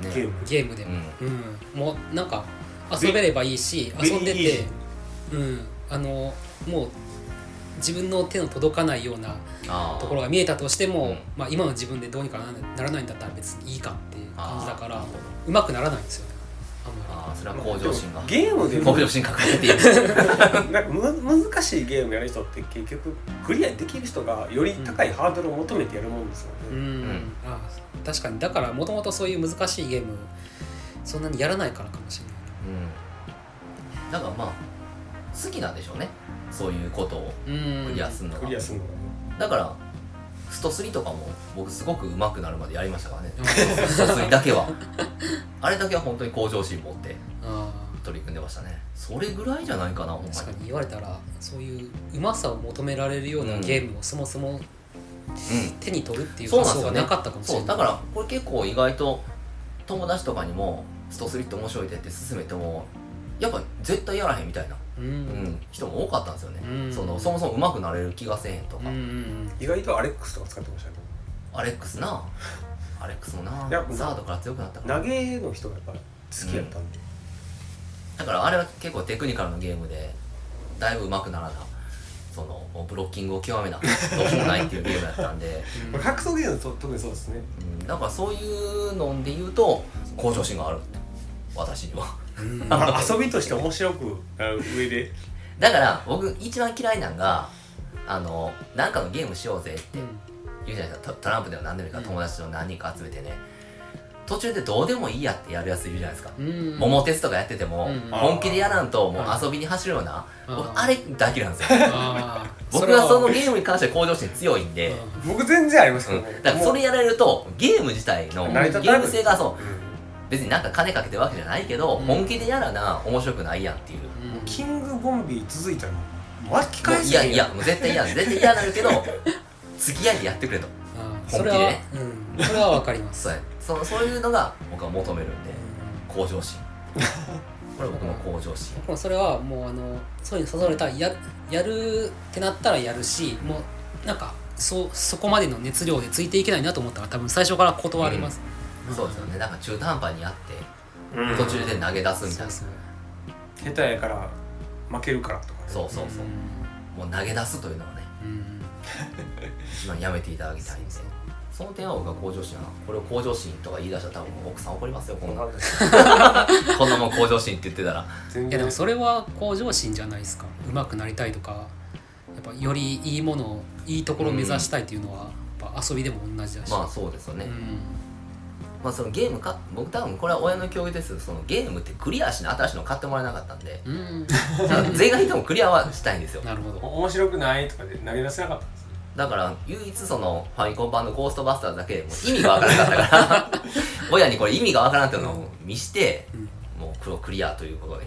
Speaker 2: うんね
Speaker 1: ゲーム
Speaker 3: ゲームで
Speaker 2: う
Speaker 3: も、
Speaker 2: ん
Speaker 3: うんもうなんか遊べればいいし
Speaker 1: ベ
Speaker 3: 遊んで
Speaker 1: ベリーイー
Speaker 3: て
Speaker 1: ジ、
Speaker 3: うん、あのもう自分の手の届かないような
Speaker 2: ああ
Speaker 3: ところが見えたとしても、
Speaker 2: うん
Speaker 3: まあ、今の自分でどうにかなならないんだったら別にいいかっていう感じだか
Speaker 2: あ
Speaker 3: ら
Speaker 2: ー
Speaker 3: うまくならないんですよねあんま
Speaker 2: ああそれは向上心
Speaker 1: で
Speaker 2: が
Speaker 1: もゲームでも
Speaker 2: 向上心抱えているう
Speaker 1: なんかむ難しいゲームやる人って結局クリアできる人がより高いハードルを求めてやるもんですよね、
Speaker 3: りうん、
Speaker 2: ん
Speaker 3: あー確かにだからもともとそういう難しいゲームそんなにやらないからかもしれない
Speaker 2: んだからまあ好きなんでしょうねそういうことを
Speaker 3: うん
Speaker 2: クリアするのが
Speaker 1: クリアするのがね
Speaker 2: だからスト3とかも僕すごく上手くなるまでやりましたからね
Speaker 3: うん
Speaker 2: スト3だけはあれだけは本当に向上心持って
Speaker 3: あ
Speaker 2: 取り組んでましたねそれぐらいじゃないかなほん
Speaker 3: ー
Speaker 2: ま
Speaker 3: 確か
Speaker 2: に
Speaker 3: に言われたらそういううまさを求められるよう
Speaker 2: う
Speaker 3: なんゲームをそもそも手に取るって
Speaker 2: う
Speaker 3: い
Speaker 2: ん
Speaker 3: う
Speaker 2: そうな
Speaker 3: 発
Speaker 2: んですよ
Speaker 3: 想が
Speaker 2: ね
Speaker 3: なかったかもし
Speaker 2: そ
Speaker 3: れな
Speaker 2: う
Speaker 3: い
Speaker 2: だからこれ結構意外と友達とかにもスト3って面白いでって勧めてもやっぱ絶対やらへんみたいな、
Speaker 3: うん
Speaker 2: うん人も多かったんですよね、
Speaker 3: うん
Speaker 2: そのそもそも上手くなれる気がせえへんと
Speaker 3: うん
Speaker 2: か、
Speaker 3: うん
Speaker 1: 意外とアレックスとか使ってましたね
Speaker 2: アレックスなアレックスもない
Speaker 1: や
Speaker 2: サードから強くなったから
Speaker 1: 投げの人がやっぱ好きやったんで、
Speaker 2: だからあれは結構テクニカルのゲームでだいぶ上手くならなそのもうブロッキングを極めなどうしようもないっていうゲームだったんで、
Speaker 1: まあ格闘ゲームと特にそうですね
Speaker 2: うん、だからそういうので言うと向上心がある私には [laughs]
Speaker 3: うんうん
Speaker 1: あの遊びとして面白くなる上で
Speaker 2: だから僕一番嫌いなんがあのなんかのゲームしようぜって言うじゃないですかトトランプでも何でもいいから友達の何人か集めてね、途中でどうでもいいやってやるやついるじゃないですか、
Speaker 3: うん
Speaker 2: 桃鉄とかやってても、
Speaker 3: うん
Speaker 2: 本気でやらんともう遊びに走るような、
Speaker 3: うん
Speaker 2: 僕あれ大嫌いなんですよ
Speaker 3: あ
Speaker 2: [laughs]
Speaker 3: ー
Speaker 2: 僕はその
Speaker 3: れ
Speaker 2: ゲームに関して向上心強いんで、
Speaker 3: は
Speaker 1: 僕全然あります
Speaker 2: う
Speaker 1: け
Speaker 2: ん
Speaker 1: どね
Speaker 2: だからそれやられるとゲーム自体のゲ
Speaker 1: 成り立たな
Speaker 2: ー
Speaker 1: い
Speaker 2: ム性がそう
Speaker 1: う
Speaker 2: 別になんか金かけてるわけじゃないけど、
Speaker 3: うん
Speaker 2: 本気でやらな面白くないやんっていう、
Speaker 3: う
Speaker 1: ん
Speaker 3: ん
Speaker 1: キングボンビー続いたら巻き返
Speaker 2: もう
Speaker 1: せ
Speaker 2: いやいやもう絶対嫌絶対嫌になるけど付き合いでやってくれと
Speaker 3: あー
Speaker 2: 本
Speaker 3: そ
Speaker 2: 気
Speaker 3: れ
Speaker 2: で
Speaker 3: は
Speaker 2: ね、
Speaker 3: うん、それはわかります
Speaker 2: そうやそのそういうのが僕は求めるんで向上心これ僕の向上心
Speaker 3: もうそれはもうあのそういうの誘われたらややるってなったらやるしもうなんかそそこまでの熱量でついていけないなと思ったら多分最初から断ります、ん
Speaker 2: そうですよねなんか中途半端にやって
Speaker 1: うん
Speaker 2: 途中で投げ出すみたいな、
Speaker 3: そう
Speaker 1: 下手やから負けるからとかね
Speaker 2: そうそうそう、もう投げ出すというのはね
Speaker 3: うんうん
Speaker 2: 一番やめていただきたいんで
Speaker 3: そう
Speaker 2: その点は僕は向上心やなこれを向上心とか言い出したら多分奥さん怒りますよこんなこんなもん向上心って言ってたら
Speaker 1: 全
Speaker 3: いやで
Speaker 1: 然
Speaker 3: もそれは向上心じゃないですか上手くなりたいとかやっぱよりいいものいいところを目指したいっていうのは、やっぱ遊びでも同じだし、
Speaker 2: まあそうですよね、
Speaker 3: うん
Speaker 2: まあそのゲームか僕多分これは親の教育ですけどそのゲームってクリアしな新しいの買ってもらえなかったん
Speaker 3: [laughs]
Speaker 2: で
Speaker 3: うん、
Speaker 2: 全員がいてもクリアはしたいんですよ
Speaker 3: なるほど
Speaker 1: 面白くないとかで投げ出せなかったんです
Speaker 2: だから唯一そのファミコン版の「ゴーストバスターズ」だけでもう意味がわからなかったから親にこれ意味がわからんっていうのを見して
Speaker 3: うん
Speaker 2: もう黒クリアということで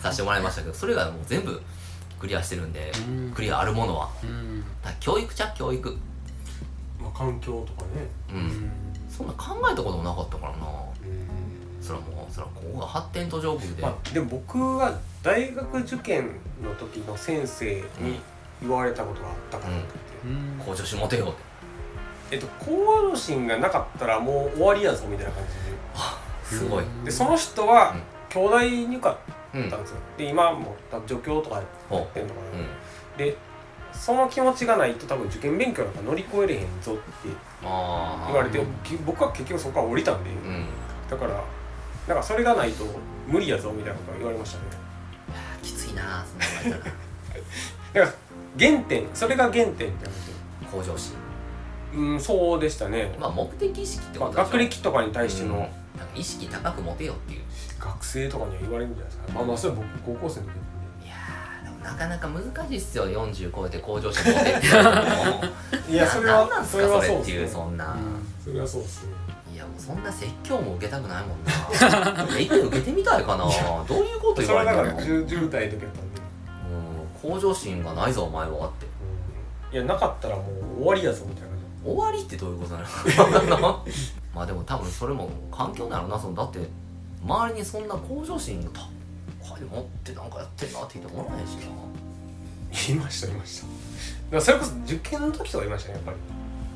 Speaker 2: させてもらいましたけどそれがもう全部クリアしてるんで
Speaker 3: うん
Speaker 2: クリアあるものは
Speaker 3: うん
Speaker 2: だから教育ちゃ教育
Speaker 1: まあ環境とかね
Speaker 2: う
Speaker 3: うんん
Speaker 2: そんな考えたこともなかったからなそれはもうそれはここが発展途上国で、
Speaker 1: まあ、でも僕は大学受験の時の先生に言われたことがあったから、
Speaker 2: うん
Speaker 3: うん
Speaker 2: 向上心持てよって
Speaker 1: えっと向上心がなかったらもう終わりやぞみたいな感じ
Speaker 2: すごい、
Speaker 1: ででその人は
Speaker 2: うん
Speaker 1: 兄弟に受か
Speaker 2: うん
Speaker 1: ったんですよで今もう助教とかや
Speaker 2: ほ
Speaker 1: ってんのか
Speaker 2: う、う
Speaker 1: な、
Speaker 2: ん、
Speaker 1: でその気持ちがないと多分受験勉強なんか乗り越えれへんぞって
Speaker 2: ああ
Speaker 1: 言われて
Speaker 3: うん
Speaker 1: き僕は結局そこから降りたんで、
Speaker 2: うん
Speaker 1: だからなんかそれがないと無理やぞみたいなことが言われましたね
Speaker 2: きついなそんな言われたら
Speaker 1: だから原点それが原点って言われて
Speaker 2: [laughs] 向上心
Speaker 1: うんそうでしたね、
Speaker 2: まあ目的意識って
Speaker 1: ま
Speaker 2: こ
Speaker 1: あ、
Speaker 2: とでしょ
Speaker 1: 学歴とかに対しての、
Speaker 2: うんなんか意識高く持てよっていう
Speaker 1: 学生とかには言われるんじゃないですかまあまあそれは僕高校生の時なん
Speaker 2: いやーでもなかなか難しいっすよ40超えて向上心持てって言われても
Speaker 1: でいや
Speaker 2: な
Speaker 1: それ
Speaker 2: なんな
Speaker 1: は
Speaker 2: んす
Speaker 1: そ
Speaker 2: か
Speaker 1: れは
Speaker 2: そ
Speaker 1: そうで
Speaker 2: れって
Speaker 1: す
Speaker 2: いう
Speaker 1: ね
Speaker 2: そんな、
Speaker 1: それはそうですね
Speaker 2: いやもうそんな説教も受けたくないもんないや一回受けてみたいかなどういうこと
Speaker 1: そ
Speaker 2: 言
Speaker 1: れ
Speaker 2: わ
Speaker 1: は
Speaker 2: れ
Speaker 1: だか
Speaker 2: て
Speaker 1: ら
Speaker 2: る
Speaker 1: 10
Speaker 2: の
Speaker 1: 10代の時だったんで、
Speaker 2: うん向上心がないぞお前はって
Speaker 1: うん、いやなかったらもう終わりやぞみたいな感
Speaker 2: 終わりってどういうことなの [laughs] まあでも多分それも環境なのなそのだって周りにそんな向上心たこれ持ってなんかやってんなって言ってもらえへんしな
Speaker 1: じいましたいましただからそれこそ受験の時とかいましたねやっぱり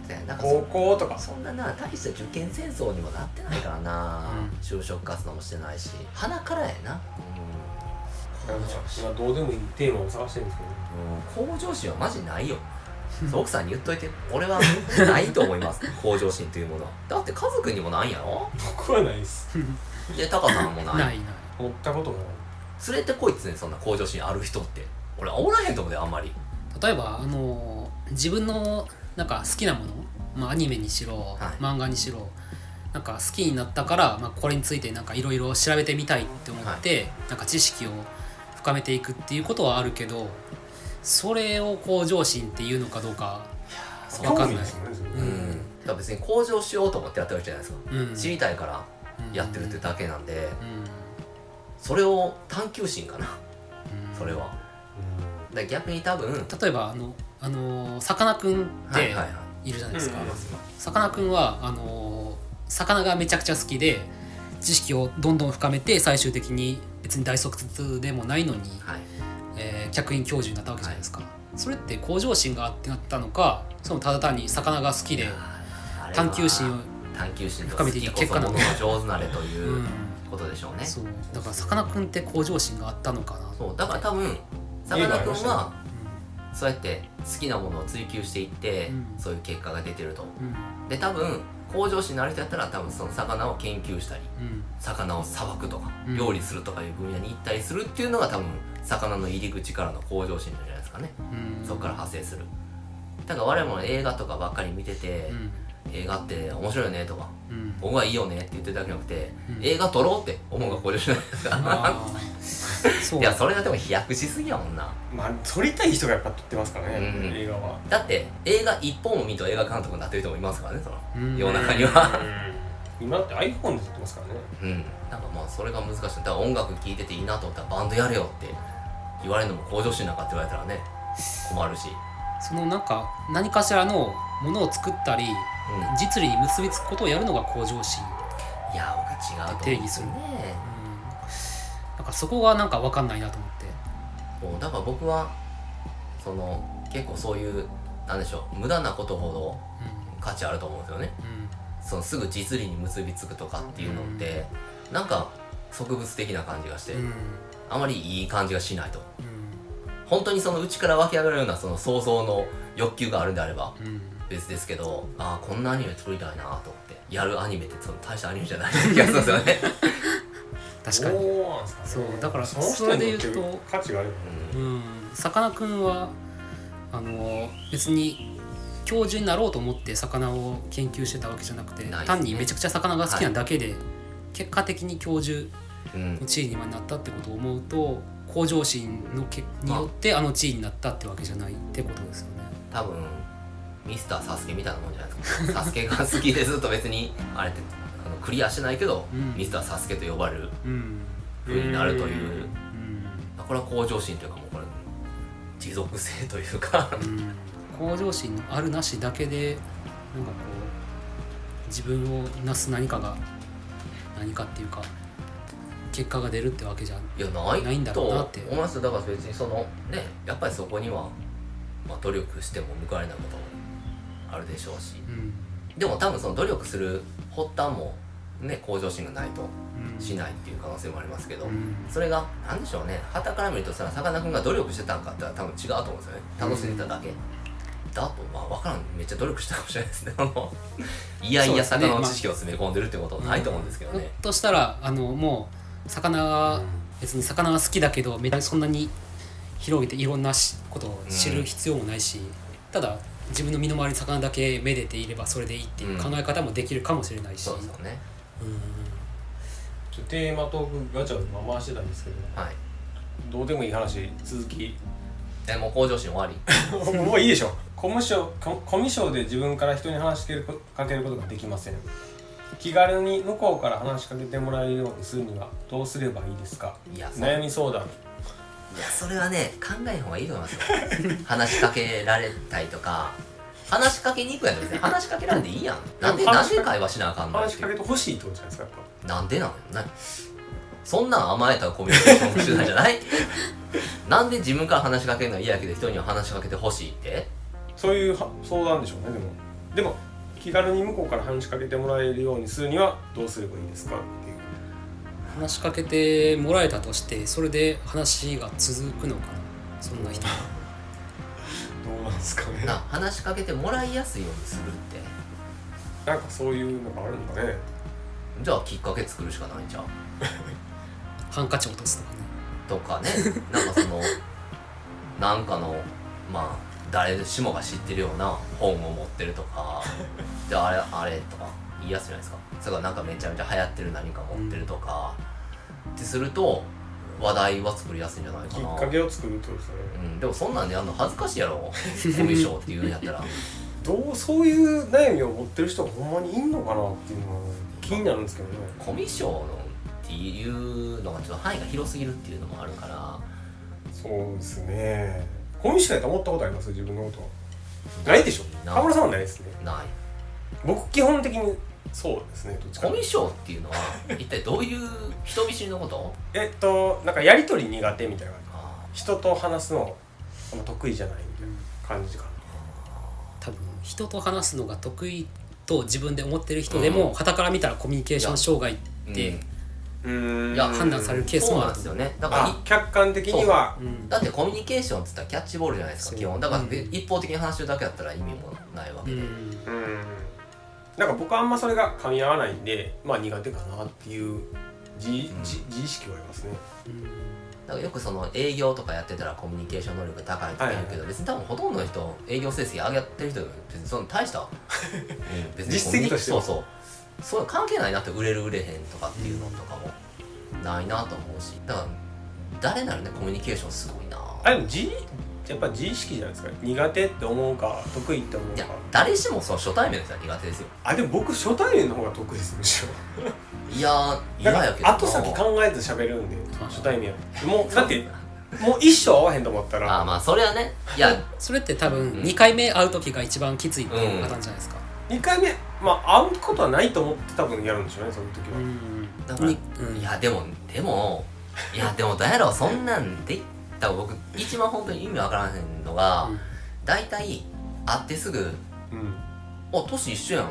Speaker 2: せやなんかそ
Speaker 1: 高校とか
Speaker 2: そんなな大した受験戦争にもなってないからな、
Speaker 3: うん
Speaker 2: 就職活動もしてないし鼻からやな、
Speaker 1: なんか
Speaker 2: う
Speaker 1: 今どうでもいいテーマを探してるんですけどね
Speaker 2: ん、向上心はマジない [laughs] よそう奥さんに言っといて俺はないと思います向上心というものはだって家族にもないんやろ
Speaker 1: 僕はないです
Speaker 2: でタカさんもない
Speaker 3: ないない
Speaker 1: 持ったことがない
Speaker 2: 連れてこいっつねそんな向上心ある人って俺おらへんと思うであんまり
Speaker 3: 例えばあの自分のなんか好きなもの、まあ、アニメにしろ、
Speaker 2: はい
Speaker 3: 漫画にしろなんか好きになったから、まあ、これについてなんかいろいろ調べてみたいって思って、なんか知識を深めていくっていうことはあるけどそれを向上心っていうのかどうか、
Speaker 2: そう
Speaker 3: わかん
Speaker 1: 興味
Speaker 3: ない
Speaker 1: ですよねそれ
Speaker 2: うん、だから別に向上しようと思ってやってるわけじゃないですか、
Speaker 3: うん、
Speaker 2: 知りたいからやってるってだけなんで、
Speaker 3: うん、
Speaker 2: それを探求心かな
Speaker 3: うん
Speaker 2: それはだから逆に多分はい
Speaker 3: 例えばあのあのさかなクンっ
Speaker 2: はい
Speaker 3: て
Speaker 2: はい
Speaker 3: いるじゃないですか、
Speaker 1: うん
Speaker 3: さかなクンはあの魚がめちゃくちゃ好きで知識をどんどん深めて最終的に別に大卒でもないのに、
Speaker 2: はい
Speaker 3: えー客員教授になったわけじゃないですか、それって向上心があってなったのかそのただ単に魚が好き
Speaker 2: あ
Speaker 3: で
Speaker 2: れは
Speaker 3: 探求心を、
Speaker 2: 探求心と好
Speaker 3: 深めてい
Speaker 2: き
Speaker 3: った
Speaker 2: こ
Speaker 3: 結
Speaker 2: そ
Speaker 3: 果
Speaker 2: もの
Speaker 3: なん
Speaker 2: の
Speaker 3: で
Speaker 2: 上手なれといううんことでしょうね、
Speaker 3: そうだからさかなクンって向上心があったのかなと、
Speaker 2: そうだから多分さ
Speaker 1: いい
Speaker 2: か
Speaker 1: の
Speaker 2: な
Speaker 1: あり
Speaker 2: クン
Speaker 1: ましたね
Speaker 2: はそうやって好きなものを追求していって、
Speaker 3: うん
Speaker 2: そういう結果が出てると
Speaker 3: うん
Speaker 2: で多分向上心のある人やったら多分その魚を研究したり
Speaker 3: うん
Speaker 2: 魚をさばくとか
Speaker 3: うん
Speaker 2: 料理するとかいう分野に行ったりするっていうのが多分魚の入り口からの向上心なんじゃないですかね
Speaker 3: うん
Speaker 2: そこから派生するだから我々も映画とかばっかり見てて、
Speaker 3: うん
Speaker 2: 映画って面白いよねとか
Speaker 3: うん
Speaker 2: 僕はいいよねって言ってるだけじゃなくて、
Speaker 3: うん
Speaker 2: 映画撮ろうって思うが向じゃないですか
Speaker 3: [laughs] あーそ
Speaker 2: [laughs]
Speaker 3: う
Speaker 2: いやそれがでも飛躍しすぎやもんな
Speaker 1: まあ撮りたい人がやっぱ撮ってますからね、
Speaker 2: うん
Speaker 1: 映画は
Speaker 2: だって映画一本を見と映画監督になってる人もいますからねその
Speaker 3: うん
Speaker 2: 世の中には
Speaker 1: うん今だって iPhone で撮ってますからね
Speaker 2: うんなんかまあそれが難しいだから音楽聴いてていいなと思ったらバンドやれよって言われるのも向上心なんかって言われたらね困るし、
Speaker 3: そのなんか何かしらのものを作ったり
Speaker 2: うん、
Speaker 3: 実利に結びつくことをやるのが向上心、
Speaker 2: いや僕は違うと思うん
Speaker 3: 定義する
Speaker 2: ね
Speaker 3: うん、なんかそこがなんか分かんないなと思って
Speaker 2: もうだから僕はその結構そういうなんでしょう無駄なことほど価値あると思うんですよね
Speaker 3: うんうん
Speaker 2: そのすぐ実利に結びつくとかっていうのって、なんか植物的な感じがして、
Speaker 3: うん
Speaker 2: あまりいい感じがしないと
Speaker 3: うん
Speaker 2: 本当にその内から湧き上がるようなその想像の欲求があるんであれば
Speaker 3: うん
Speaker 2: 別ですけどああこんなアニメ作りたいなと思ってやるアニメってその大したアニメじゃない気がするんですよ
Speaker 3: [laughs]
Speaker 2: ね、
Speaker 3: 確かに、
Speaker 1: そうなんですかね
Speaker 3: そうだから
Speaker 1: その
Speaker 3: そ
Speaker 1: 人
Speaker 3: れ
Speaker 1: に
Speaker 3: で
Speaker 1: よって
Speaker 3: 言うと
Speaker 1: 価値があるよね
Speaker 2: うん
Speaker 3: うん、さかなクンはあの別に教授になろうと思って魚を研究してたわけじゃなくて
Speaker 2: ないですね
Speaker 3: 単にめちゃくちゃ魚が好きなだけで、結果的に教授
Speaker 2: うん
Speaker 3: の地位に今なったってことを思うと向上心のけによってあの地位になったってわけじゃないってことですよね。
Speaker 2: 多分ミスターサスケみたいなもんじゃないですかサスケが好きでずっと別にあれってあのクリアしてないけど、
Speaker 3: うん
Speaker 2: ミスターサスケと呼ばれる
Speaker 3: うん
Speaker 2: 風になるという
Speaker 1: うん
Speaker 3: うん
Speaker 2: これは向上心というかもうこれ持続性という
Speaker 3: [laughs]
Speaker 2: か
Speaker 3: うん向上心のあるなしだけでなんかこう自分をなす何かが何かっていうか結果が出るってわけじゃん
Speaker 2: いやない
Speaker 3: ないんだ
Speaker 2: と
Speaker 3: ろうな
Speaker 2: 思
Speaker 3: って
Speaker 2: いますよだから別にそのねやっぱりそこには、まあ、努力しても報われないこともあるでしょうし
Speaker 3: うん
Speaker 2: でも多分その努力する発端もね向上心がないと
Speaker 3: うん
Speaker 2: しないっていう可能性もありますけど、
Speaker 3: うん
Speaker 2: それが何でしょうね旗から見るとささかなクンが努力してたんかって言ったら多分違うと思うんですよね楽しんでただけ、だとまあ分からんめっちゃ努力したかもしれないですねあのいやいや
Speaker 3: そうですね
Speaker 2: 魚の知識を詰め込んでるってことはないと思うんですけど
Speaker 3: ひょっ
Speaker 2: ね、
Speaker 3: としたらあのもう魚は別に魚は好きだけどめそんなに広げていろんなしことを知る必要もないし、ただ自分の身の回りの魚だけめでていればそれでいいっていう考え方もできるかもしれないし、
Speaker 2: そうですよね
Speaker 3: うん
Speaker 1: ちょっとテーマトークガチャを今回してたんですけど
Speaker 2: はい
Speaker 1: どうでもいい話続き
Speaker 2: えもう向上心終わ
Speaker 1: [laughs]
Speaker 2: り
Speaker 1: もういいでしょコミュ障ココミュ障で自分から人に話しかけるこかけることができません気軽に向こうから話しかけてもらえるようにするにはどうすればいいですか
Speaker 2: いやそうい
Speaker 1: 悩み相談
Speaker 2: やそれはね考えん方がいいと思いますよ話しかけられたりとか話しかけに行くやん別に話しかけらんでいいやんなんでなんで会話しなあかんの
Speaker 1: 話しかけてほしいってことじゃないですかやっぱ
Speaker 2: なんでなのねそんなん甘えたコミュニケーションの手段じゃ
Speaker 1: [laughs]
Speaker 2: ないなんで自分から話しかけるのは嫌やけど人には話しかけてほしいって
Speaker 1: そういうは相談でしょうねでもでも気軽に向こうから話しかけてもらえるようにするにはどうすればいいですかっていう
Speaker 3: 話しかけてもらえたとしてそれで話が続くのかなそんな人
Speaker 1: どうなんですかね
Speaker 2: な話しかけてもらいやすいようにするって
Speaker 1: なんかそういうのがあるのかね
Speaker 2: じゃあきっかけ作るしかないんちゃう
Speaker 3: ハンカチ落とすとかね
Speaker 2: とかねなんかそのなんかのまあ誰しもが知ってるような本を持ってるとかじゃああれあれとか言いやすいじゃないですかそれがなんかめちゃめちゃ流行ってる何か持ってるとか、ってすると話題は作りやすいんじゃないか
Speaker 1: き
Speaker 2: な
Speaker 1: っかけを作るってことですよね
Speaker 2: うん、でもそんなんでやんの恥ずかしいやろコミュ障って言うんやったら
Speaker 1: どうそういう悩みを持ってる人がほんまにいんのかなっていうのは気になるんですけどね
Speaker 2: コミュ障のっていうのがちょっと範囲が広すぎるっていうのもあるから
Speaker 1: そうですねコミュ障やと思ったことあります自分のことないでしょ
Speaker 2: な
Speaker 1: 河村さんはないですね
Speaker 2: ない
Speaker 1: 僕基本的にそうですねどっちか
Speaker 2: コ
Speaker 1: と
Speaker 2: ミュ障っていうのは一体どういう人見知りのこと
Speaker 1: えっとなんかやり取り苦手みたいな
Speaker 2: あ
Speaker 1: 人と話すのあんま得意じゃないみたいな感じかな
Speaker 3: 多分人と話すのが得意と自分で思ってる人でも、傍から見たらコミュニケーション障害
Speaker 2: ー
Speaker 3: って
Speaker 2: うん
Speaker 1: うーん
Speaker 2: いや
Speaker 3: 判断されるケース
Speaker 2: そう
Speaker 3: も
Speaker 2: なん
Speaker 3: ある
Speaker 2: ですよねだから
Speaker 1: あ客観的には
Speaker 3: うん
Speaker 2: だってコミュニケーションっつったらキャッチボールじゃないです
Speaker 3: そ
Speaker 2: か
Speaker 3: う
Speaker 2: 基本だから、
Speaker 3: うん
Speaker 2: 一方的に話してるだけだったら意味もないわ
Speaker 3: う
Speaker 2: けで、
Speaker 3: ん
Speaker 1: うーんなんか僕はあんまそれが噛み合わないんでまあ苦手かなっていう自,じ、
Speaker 2: うん
Speaker 1: 自意識はありますね
Speaker 2: だからよくその営業とかやってたらコミュニケーション能力が高いとか言うけど、
Speaker 1: はいはい
Speaker 2: 別に多分ほとんどの人営業成績上がってる人より別にその大したうん別
Speaker 1: 実績として
Speaker 2: そう
Speaker 1: は
Speaker 2: そうそう関係ないなって売れる売れへんとかっていうのとかもないなと思うしだから誰ならねコミュニケーションすごいな
Speaker 1: あれ自やっぱ自意識じゃないですか苦手って思うか得意って思う
Speaker 2: い
Speaker 1: か
Speaker 2: や誰しもその初対面の人は苦手ですよ
Speaker 1: あでも僕初対面の方が得意ですむしろ
Speaker 2: いや
Speaker 1: な
Speaker 2: ー
Speaker 1: ん
Speaker 2: 嫌やけど
Speaker 1: か後先考えず喋るんで
Speaker 3: あ
Speaker 1: 初対面はもうだってもう一生会わへんと思ったら
Speaker 2: あーまあそれはねいや
Speaker 3: それって多
Speaker 2: う
Speaker 3: 分
Speaker 2: ん
Speaker 3: 2回目会う時が一番きついパターンじゃないですか、
Speaker 1: 2回目まあ会うことはないと思って多分やるんでしょうねその時は、
Speaker 3: うん
Speaker 2: だから
Speaker 3: にうん
Speaker 2: いやでもでもいやでもどうやろうそんなんで多分僕一番本当に意味わからへんのが
Speaker 3: うん
Speaker 2: 大体会ってすぐ
Speaker 1: うん
Speaker 2: 「お年一緒やん」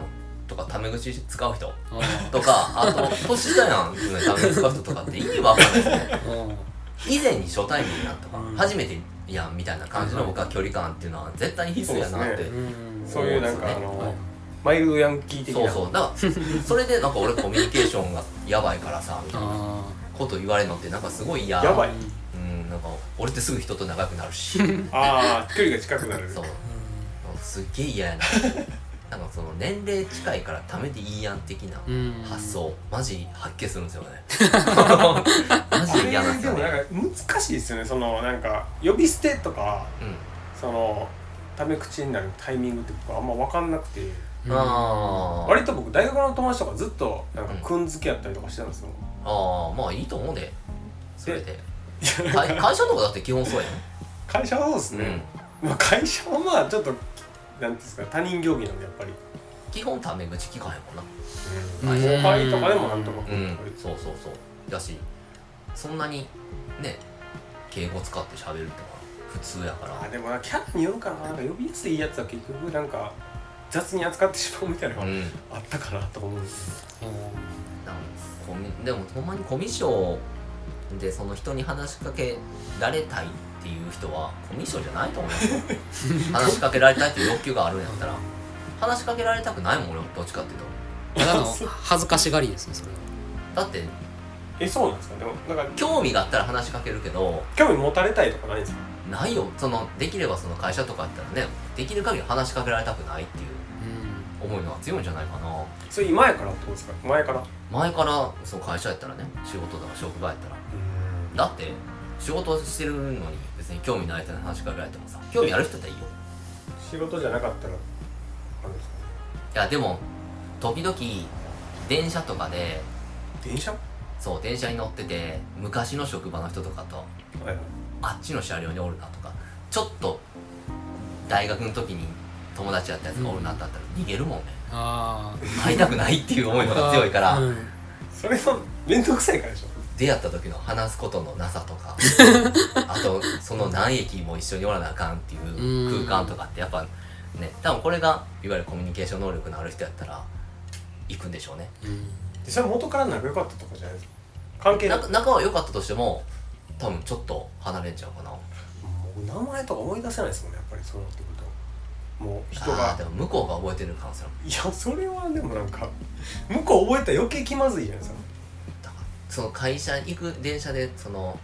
Speaker 2: とかタメ口使う人
Speaker 3: あー
Speaker 2: とかあと「年下やん」っていうのにタメ口使う人とかって意味わからないですね
Speaker 3: うん
Speaker 2: 以前に初対面になったから
Speaker 3: うん
Speaker 2: 初めてやんみたいな感じの僕は距離感っていうのは絶対に必須やなって
Speaker 1: そうで
Speaker 3: うん
Speaker 1: そういうなんかあの、
Speaker 3: はい
Speaker 1: マイルドヤンキー的
Speaker 2: そう
Speaker 1: な
Speaker 2: そうだからそれでなんか俺コミュニケーションがやばいからさみたいな
Speaker 3: あ
Speaker 2: こと言われるのってなんかすごい嫌
Speaker 1: や
Speaker 3: ー
Speaker 1: ばい
Speaker 3: うん
Speaker 2: うんなんか俺ってすぐ人と仲良くな
Speaker 1: [laughs]
Speaker 2: るし
Speaker 1: ああ距離が近くなる
Speaker 2: そうすっげえ嫌やななんかその年齢近いからためていいやん的な
Speaker 3: うん
Speaker 2: 発想マジ発揮するんです
Speaker 1: [laughs]
Speaker 2: よねマジで嫌なん
Speaker 1: あれ
Speaker 2: です
Speaker 1: でも
Speaker 2: よね
Speaker 1: なんか難しいですよねそのなんか呼び捨てとかそのタメ口になるタイミングって僕あんま分かんなくて
Speaker 2: うんあー
Speaker 1: 割と僕大学の友達とかずっとなんかくんづけやったりとかしてたんですよ、
Speaker 2: あーまあいいと思うでそれで会会社とかだって基本そうやん
Speaker 1: 会社はそうですね、まあ、会社はまあちょっとなんていうんですか他人行儀なんでやっぱり、
Speaker 2: 基本タメ口聞かへんもんな
Speaker 1: 後輩とかでもなんとか
Speaker 2: う
Speaker 1: くん
Speaker 2: ん
Speaker 1: とか言って
Speaker 2: そうそうそうだしそんなにね敬語使って喋るとか普通やから
Speaker 1: あでもなキャラによるかななんか呼びやすいやつは結局なんか雑に扱ってしまうみたいなの
Speaker 2: う
Speaker 1: が
Speaker 2: ん
Speaker 1: あったかなと思うんです
Speaker 2: なんかコミでもほんまにコミュ障でその人に話しかけられたいっていう人はコミュ障じゃないと思い
Speaker 3: [laughs]
Speaker 2: ますよ話しかけられたいっていう欲求があるんやったら話しかけられたくないもん俺はどっちかっていうと
Speaker 3: ただの恥ずかしがりですねそれは
Speaker 2: だって
Speaker 1: えそうなんですかでもなんか
Speaker 2: 興味があったら話しかけるけど
Speaker 1: 興味持たれたいとかないんですか
Speaker 2: ないよそのできればその会社とかやったらねできる限り話しかけられたくないっていう
Speaker 3: うん
Speaker 2: 思いのが強いんじゃないかな
Speaker 1: それ前からどうですか前から
Speaker 2: 前からその会社やったらね仕事とか職場やったらだって仕事してるのに別に興味ない人に話しかけられてもさ興味ある人だったらいいよ
Speaker 1: 仕事じゃなかったらあるんですか
Speaker 2: いやでも時々電車とかで
Speaker 1: 電車は
Speaker 2: そう電車に乗ってて昔の職場の人とかと
Speaker 1: いはい
Speaker 2: あっちの車両におるなとかちょっと大学の時に友達やったやつがおるなってあったら逃げるもんね
Speaker 3: あー
Speaker 2: 会いたくないっていう思いのが強いから、
Speaker 3: うん
Speaker 1: それは面倒くさいからでしょ
Speaker 2: 出会った時の話すことのなさと
Speaker 3: [laughs]
Speaker 2: かあとその何駅も一緒におらなあかんっていう空間とかってやっぱね多分これがいわゆるコミュニケーション能力のある人やったら行くんでしょうね
Speaker 3: うん
Speaker 1: でそれ元から仲良かったとかじゃないですか関係な
Speaker 2: な
Speaker 1: く
Speaker 2: 仲は良かったとしても多分ちょっと離れちゃうかな
Speaker 1: もう名前とか思い出せないですもんねやっぱりそうなってくるともう人
Speaker 2: あー
Speaker 1: が
Speaker 2: でも向こうが覚えてる可能性も
Speaker 1: いやそれはでもなんか向こう覚えたら余計気まずいじゃないですか
Speaker 2: だからその会社行く電車でその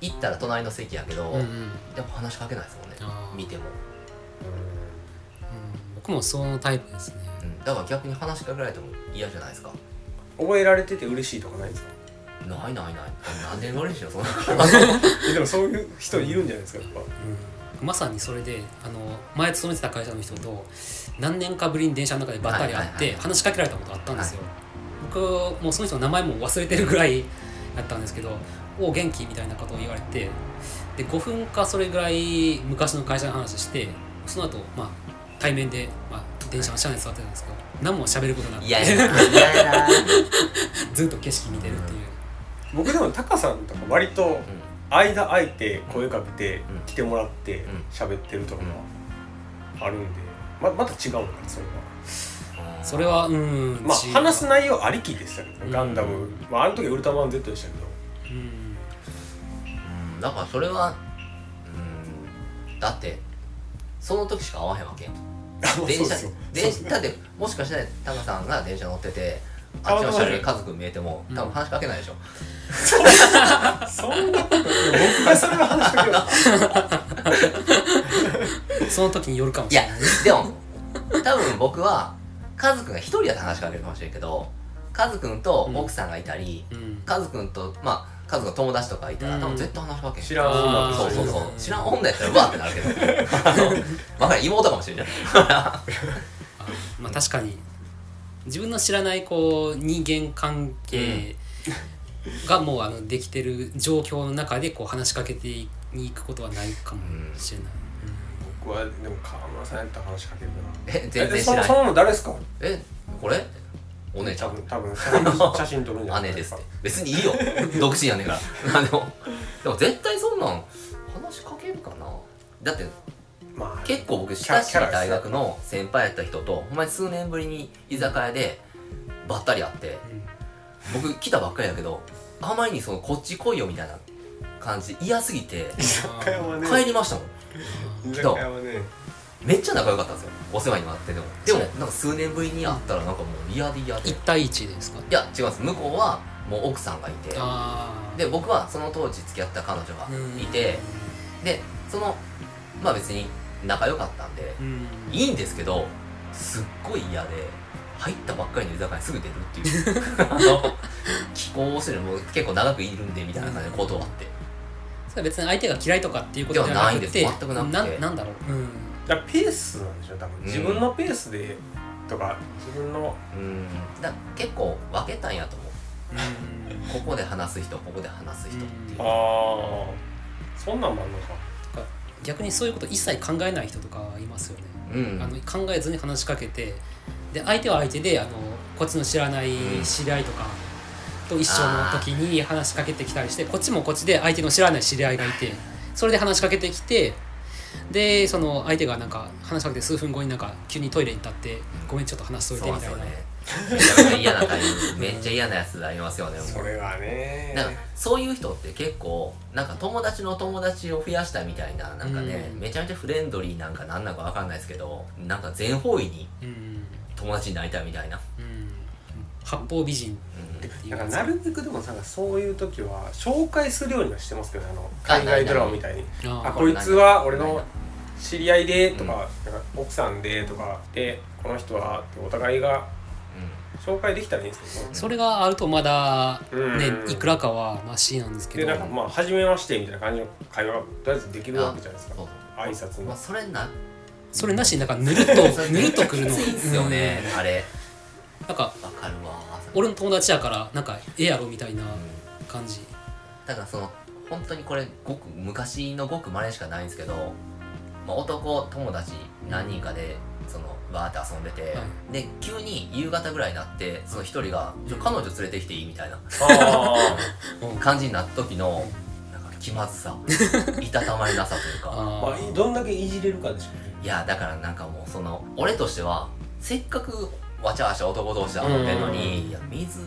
Speaker 2: 行ったら隣の席やけど、
Speaker 3: うんう
Speaker 2: や
Speaker 3: ん
Speaker 2: っぱ話しかけないですもんね
Speaker 3: あー
Speaker 2: 見ても、
Speaker 3: うん僕もそのタイプですね
Speaker 2: うん、だから逆に話しかけられても嫌じゃないですか
Speaker 1: 覚えられてて嬉しいとかないんですか
Speaker 2: ないないない何で嬉しいよそんな
Speaker 1: [laughs] えでもそういう人いるんじゃないですかやっぱ
Speaker 3: まさにそれであの前勤めてた会社の人と何年かぶりに電車の中でばったり会っ
Speaker 2: はいはい
Speaker 3: て
Speaker 2: はい
Speaker 3: 話しかけられたことあったんですよ、僕もうその人の名前も忘れてるぐらい [laughs] だったんですけど「おう元気?」みたいなことを言われてで5分かそれぐらい昔の会社の話してその後、まあ対面で、まあ、電車の車内に座ってたんですけど何も喋ることなく
Speaker 2: 嫌
Speaker 3: て
Speaker 2: やな嫌やな、
Speaker 3: ずっと景色見てるっていう、
Speaker 1: 僕でもタカさんとか割と間空いて声かけて
Speaker 2: うん
Speaker 1: 来てもらって
Speaker 2: ん
Speaker 1: 喋ってるとかはあるんでままた違うのかなそれは
Speaker 2: うん
Speaker 3: それはうん
Speaker 1: まあ
Speaker 3: 違う
Speaker 1: 話す内容ありきでしたけどねガンダ
Speaker 2: う
Speaker 1: ム
Speaker 2: ん
Speaker 1: まああの時ウルトラマン Z でしたけど
Speaker 3: うん
Speaker 2: うんだからそれはうんだってその時しか会わへんわけやん
Speaker 1: あまあ
Speaker 2: 電
Speaker 1: そうで
Speaker 2: 車
Speaker 1: すよ
Speaker 2: 電
Speaker 1: そうで
Speaker 2: 車
Speaker 1: す
Speaker 2: だってもしかしたらタカさんが電車乗っててあっちの車両に家族見えても
Speaker 3: うん
Speaker 2: 多分話しかけないでしょ、
Speaker 1: そんなこと僕がそれの話しかけよう
Speaker 3: その時によるかも
Speaker 2: い
Speaker 3: しれ
Speaker 2: や
Speaker 3: ない
Speaker 2: でも多分僕はカズくんが一人だと話しかけるかもしれんけどカズくんと奥さんがいたり、
Speaker 3: うん
Speaker 2: カズくんとまあカズが友達とかいたら、
Speaker 3: うん
Speaker 2: 多分絶対話しかけん
Speaker 1: 知らん女
Speaker 3: あー
Speaker 2: そうそうそう
Speaker 3: うん
Speaker 2: 知らん女やったらうわってなるけど
Speaker 1: [laughs]
Speaker 2: あのわからん妹かもしれない
Speaker 3: あまあ確かに自分の知らないこう人間関係がもうあのできてる状況の中でこう話しかけてに行くことはないかもしれない、
Speaker 1: 僕はでも川村さんやったら話しかけるな
Speaker 2: え全然
Speaker 1: え
Speaker 2: 知
Speaker 1: その
Speaker 2: らない
Speaker 1: その誰ですか
Speaker 2: えこれお姉ちゃ
Speaker 1: 多
Speaker 2: ん
Speaker 1: 分多分写真写真撮るんじゃない
Speaker 2: 姉ですっ
Speaker 1: か
Speaker 2: て別にいいよ [laughs] 独身やねんからあのでも絶対そんなん話しかけるかなだって
Speaker 1: まあ
Speaker 2: 結構僕
Speaker 1: キャ
Speaker 2: 親し
Speaker 1: キャラですね
Speaker 2: い大学の先輩やった人とほんまに数年ぶりに居酒屋でばったり会って僕来たばっかりやけどあまりにそのこっち来いよみたいな感じで嫌すぎて
Speaker 1: 居酒屋はね
Speaker 2: 帰りましたもん
Speaker 1: 居酒屋はね
Speaker 2: めっちゃ仲良かったんですよお世話になってでもでもなんか数年ぶりに会ったらなんかもう嫌で嫌でい
Speaker 3: 1対1ですか
Speaker 2: や違います向こうはもう奥さんがいて
Speaker 3: あー
Speaker 2: で僕はその当時付き合った彼女が
Speaker 3: うん
Speaker 2: いてでそのまあ別に仲良かったんで
Speaker 3: うん
Speaker 2: いいんですけどすっごい嫌で入ったばっかりの居酒屋にすぐ出るって [laughs] いうあの気候をするのも結構長くいるんでみたいな感じで断って
Speaker 3: それは別に相手が嫌いとかっていうことで
Speaker 2: で
Speaker 3: は
Speaker 2: は
Speaker 3: な
Speaker 2: ないん
Speaker 3: く
Speaker 2: です
Speaker 3: て
Speaker 2: 全くなくて
Speaker 3: んなんだろう、うん
Speaker 1: だからペースなんでしょ多分
Speaker 2: ん
Speaker 1: 自分のペースでとか自分の
Speaker 2: うんだ結構分けたんやと思う
Speaker 3: うん
Speaker 2: ここで話す人ここで話す人っていう
Speaker 3: うん
Speaker 1: ああそんなんもあんのか
Speaker 3: 逆にそういうこと一切考えない人とかいますよね、
Speaker 2: うん
Speaker 3: あの考えずに話しかけてで相手は相手であのこっちの知らない
Speaker 2: うん
Speaker 3: 知り合いとかと一緒の時に話しかけてきたりしてこっちもこっちで相手の知らない知り合いがいてそれで話しかけてきてでその相手がなんか話しかけて数分後になんか急にトイレに立って「ごめんちょっと話しとい
Speaker 2: そ
Speaker 3: て」
Speaker 2: う
Speaker 3: み
Speaker 2: なん
Speaker 3: た
Speaker 2: で
Speaker 3: い
Speaker 2: す
Speaker 3: な
Speaker 2: よねめちゃめちゃ嫌なタイミングめっちゃ嫌なやつありますよねもう
Speaker 1: それはね
Speaker 2: なんかそういう人って結構なんか友達の友達を増やしたみたいななんかね、
Speaker 3: うん
Speaker 2: めちゃめちゃフレンドリーなんかなんなんかわかんないですけどなんか全方位に
Speaker 3: うん
Speaker 2: 友達になりたいみたいな、
Speaker 3: うん八方美人
Speaker 2: うん
Speaker 1: なんかなるべくでもさそういう時は紹介するようにはしてますけどねあの
Speaker 2: あ
Speaker 1: 海外ドラマみたいに「あ
Speaker 3: あ
Speaker 1: こいつは俺の知り合いで」とか「なんか奥さんで」とかで「この人は」ってお互いが紹介できたらいいんですけどね
Speaker 3: それがあるとまだ
Speaker 1: うん
Speaker 3: ねいくらかはマシなんですけ
Speaker 1: で
Speaker 3: ど
Speaker 1: なんかまあ「初めまして」みたいな感じの会話がとりあえずでき
Speaker 2: うん
Speaker 1: るわけじゃないですか
Speaker 2: そう
Speaker 1: 挨拶
Speaker 2: そうまあ
Speaker 1: の
Speaker 2: それな
Speaker 3: それなしになんかぬ
Speaker 2: [laughs]
Speaker 3: るっとぬるっとくるの
Speaker 2: きついんすよね、あれ
Speaker 3: うんなんか
Speaker 2: わかるわ
Speaker 3: 俺の友達やからなんかええやろみたいな
Speaker 2: うん
Speaker 3: 感じ
Speaker 2: だからその本当にこれごく昔のごくまれしかないんですけど、まあ、男友達何人かでそのわーって遊んでて、
Speaker 3: は
Speaker 2: で急に夕方ぐらいになってその一人が「ちょ彼女連れてきていい?」みたいな
Speaker 1: あ
Speaker 2: 感じになった時のなんか気まずさいたたまれなさというか
Speaker 1: ー
Speaker 3: あ
Speaker 1: まあどんだけいじれるかでしょうね
Speaker 2: いやだからなんかもうその俺としてはせっかくわちゃわちゃ男同士で遊んでるのにいや水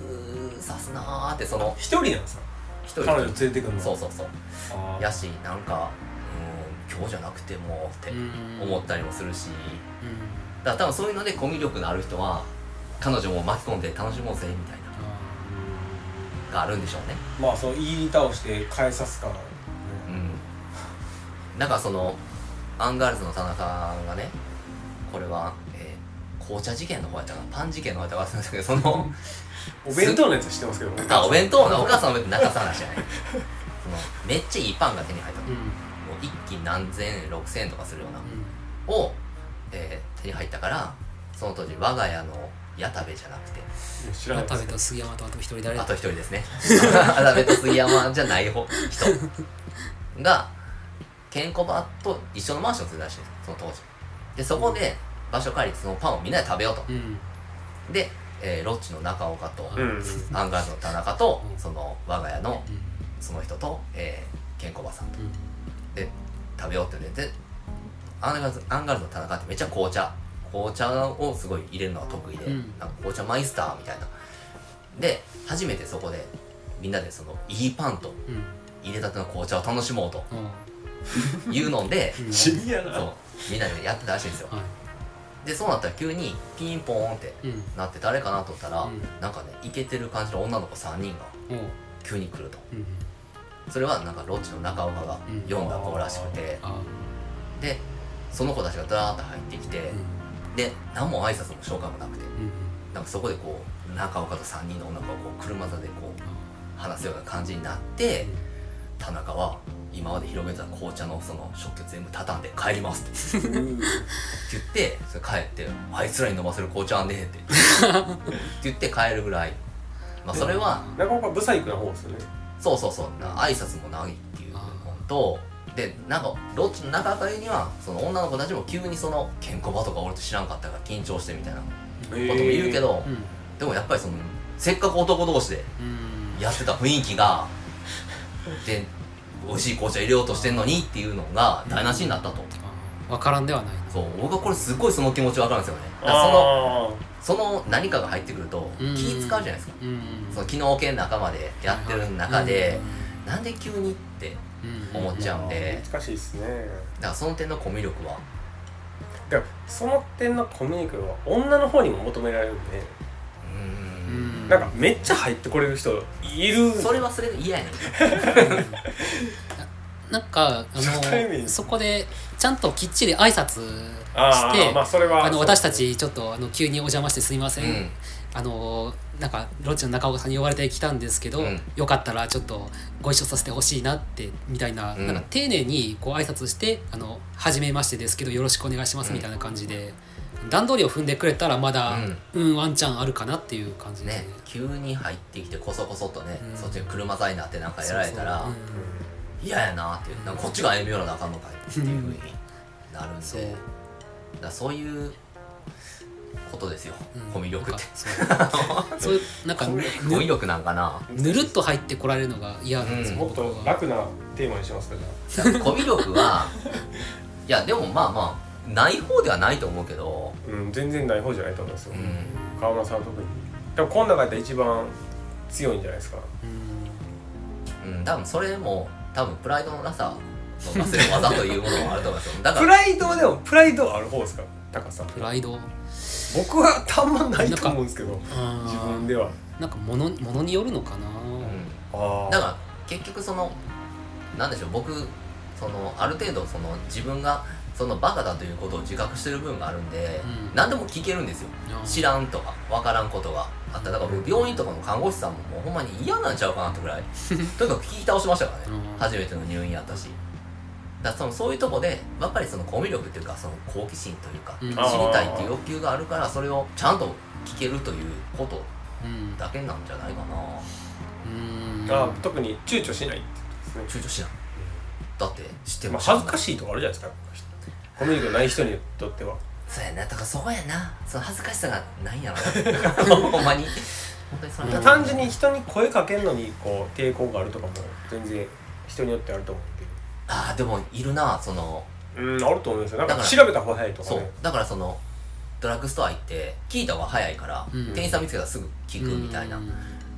Speaker 2: さすなーってその
Speaker 1: 一人なんですよ
Speaker 2: 一人
Speaker 1: 彼女連れてくるの
Speaker 2: そうそうそう
Speaker 1: あー
Speaker 2: やしなんかうん今日じゃなくてもって思ったりもするしだから多分そういうのでコミュ力のある人は彼女も巻き込んで楽しもうぜみたいながあるんでしょうね
Speaker 1: まあそう言い倒して返さすからね
Speaker 2: うんなんかそのアンガールズの田中がねこれは、えー紅茶事件の方やったかなパン事件の方やったか忘れましたけどその
Speaker 1: お弁当のやつは知ってますけど
Speaker 2: あお弁当のお母さんの弁当中さんの話じゃないそのめっちゃいいパンが手に入ったもう一斤何千円六千円とかするようなを、えー手に入ったからその当時我が家の矢田部じゃなくて
Speaker 1: 知らないで
Speaker 3: 食
Speaker 1: す
Speaker 3: べた杉山とあと一人誰
Speaker 2: あ
Speaker 3: だ
Speaker 2: と一人ですね矢田部と杉山じゃない方人がケンコバと一緒のマンションに住んでたらしいんですその当時でそこで場所借りてそのパンをみんなで食べようと
Speaker 3: うん
Speaker 2: で、えーロッチの中岡と、
Speaker 1: うんうん
Speaker 2: アンガールズの田中と
Speaker 3: うん
Speaker 2: その我が家の
Speaker 3: うん
Speaker 2: その人と、えー、ケンコバさんと
Speaker 3: うん
Speaker 2: で食べようって言ってでアンガールズアンガールズの田中ってめっちゃ紅茶紅茶をすごい入れるのが得意で、
Speaker 3: うん
Speaker 2: なんか紅茶マイスターみたいなで初めてそこでみんなでそのいいパンと
Speaker 3: うん
Speaker 2: 入れたての紅茶を楽しもう
Speaker 3: [laughs]
Speaker 2: と
Speaker 3: うん
Speaker 2: いうので
Speaker 3: うん
Speaker 1: シビア
Speaker 2: そ
Speaker 1: な
Speaker 2: うみんなでやってたらしいんですよ
Speaker 3: は
Speaker 2: でそうなったら急にピンポーンって
Speaker 3: いうん
Speaker 2: なって誰かなと思ったら、
Speaker 3: うん
Speaker 2: なんかねイケてる感じの女の子3人が
Speaker 3: おう
Speaker 2: 急に来ると
Speaker 3: うん
Speaker 2: それはなんかロッチの中岡が読んだ子らしくて、
Speaker 3: あ
Speaker 2: でその子たちがダーッと入ってきて、
Speaker 3: ーうん
Speaker 2: で何も挨拶も紹介もなくて
Speaker 3: うんうん
Speaker 2: なんかそこでこう中岡と3人の女の子がこう車座でこう話すような感じになって田中は今まで広げてた紅茶のその食器を全部畳んで帰りますってって言ってそれ帰って「あいつらに飲ませる紅茶あんねえ」って [laughs] って言って帰るぐらいまあそれは
Speaker 1: 中岡ブサ [laughs] イクな方ですよね
Speaker 2: そうそうそうな挨拶もないっていうのとでなんかロッチの中あたりにはその女の子たちも急にそのケンコバとか俺と知らんかったから緊張してみたいなこと
Speaker 1: こと
Speaker 2: も言うけど、
Speaker 3: うん
Speaker 2: でもやっぱりそのせっかく男同士で
Speaker 3: うん
Speaker 2: やってた雰囲気がで美味しい紅茶入れようとしてんのにっていうのが台無しになったと
Speaker 3: あ分からんではないな
Speaker 2: そう僕はこれすごいその気持ちわかるんですよねだからその
Speaker 1: あ
Speaker 2: その何かが入ってくると気
Speaker 3: うん
Speaker 2: 使うじゃないですか
Speaker 3: うん
Speaker 2: その機能系の仲間でやってる中でなんで急にって思っちゃ
Speaker 1: ー
Speaker 2: うんで
Speaker 1: 難しいですね
Speaker 2: だからその点のコミュ力は
Speaker 1: でもその点のコミュニケーションは女の方にも求められるんで
Speaker 2: う
Speaker 3: うんん
Speaker 1: なんかめっちゃ入ってこれる人いる
Speaker 2: それはそれで嫌やねん
Speaker 3: なんかあ
Speaker 1: 初対面
Speaker 3: のそこでちゃんときっちり挨拶
Speaker 1: あ
Speaker 3: して
Speaker 1: ーまあそれは
Speaker 3: あの私たちちょっとあの急にお邪魔してすみません、
Speaker 2: うん
Speaker 3: あのなんかロッチの中岡さんに呼ばれてきたんですけど、
Speaker 2: うん
Speaker 3: よかったらちょっとご一緒させてほしいなってみたいな,、
Speaker 2: うん
Speaker 3: なんか丁寧にこう挨拶して「あの初めましてですけどよろしくお願いします」みたいな感じで、段取りを踏んでくれたらまだ、うんワンチャンあるかなっていう感じです
Speaker 2: ね
Speaker 3: ね。
Speaker 2: 急に入ってきてこそこそとね
Speaker 3: うん
Speaker 2: そっちに車座になってなんかやられたら
Speaker 3: そう
Speaker 2: 嫌やなっていうなんかこっちが歩み寄らなあかんのかいっていうふうになるんで
Speaker 3: そう
Speaker 2: だからそういうことですよ
Speaker 3: そううん
Speaker 2: コミュ力
Speaker 3: な
Speaker 2: っ
Speaker 3: ん
Speaker 2: て
Speaker 3: かそうそういうなんかぬ
Speaker 2: コミュ力なんかな
Speaker 3: ぬるっと入ってこられるのが嫌なんです
Speaker 2: うん
Speaker 1: もっと楽なテーマにしますかじゃ
Speaker 2: コミュ力はいやでもまあまあない方ではないと思うけど
Speaker 1: あうん全然ない方じゃないと思いますよ
Speaker 2: うん
Speaker 1: 川村さんは特にでもこの中で一番強いんじゃないですか
Speaker 2: うん多分それも多分プライドのなさの忘れ技というものもあると思いますよだか
Speaker 1: プ
Speaker 2: ら
Speaker 1: ライドはでもプライドある方ですかタカさん
Speaker 3: プライド
Speaker 1: 僕はたんまないと思うんですけど自分では
Speaker 3: なんかものものによるのかな、
Speaker 2: うん
Speaker 1: あ
Speaker 2: だから結局そのなんでしょう僕そのある程度その自分がそのバカだということを自覚してる部分があるんで、
Speaker 3: うん
Speaker 2: 何でも聞けるんですよ知らんとか分からんことがあっただから僕病院とかの看護師さんももうほんまに嫌なんちゃうかなって
Speaker 3: [laughs]
Speaker 2: ぐらいとにかく聞き倒しましたからね、
Speaker 3: うん
Speaker 2: 初めての入院やったしだからそのそういうとこでやっぱりそのコミュ力っていうかその好奇心というか、
Speaker 3: うん
Speaker 2: 知りたいっていう欲求があるからそれをちゃんと聞けるということ
Speaker 3: うん
Speaker 2: だけなんじゃないかな
Speaker 3: うん
Speaker 1: あー特に躊躇しないってことですね
Speaker 2: 躊躇しないだって知って
Speaker 1: まあ
Speaker 2: も
Speaker 1: 恥ずか
Speaker 2: い
Speaker 1: しいとかあるじゃないですかコミュニケーションない人にとっては
Speaker 2: そうやなだからそこやなその恥ずかしさがないん
Speaker 1: [laughs]
Speaker 2: やろなほんまに本当にそれは
Speaker 1: 単純に人に声かけるのにこう抵抗があるとかも全然人によってあると思う
Speaker 2: ああでもいるなその
Speaker 1: んでうんあると思いますよなん
Speaker 2: だ
Speaker 1: か
Speaker 2: から
Speaker 1: 調べた方が早いとか
Speaker 2: そう
Speaker 1: ね
Speaker 2: だからそのドラッグストア行って聞いた方が早いから、
Speaker 3: うん
Speaker 2: 店員さん見つけたらすぐ聞くみたいな
Speaker 3: うん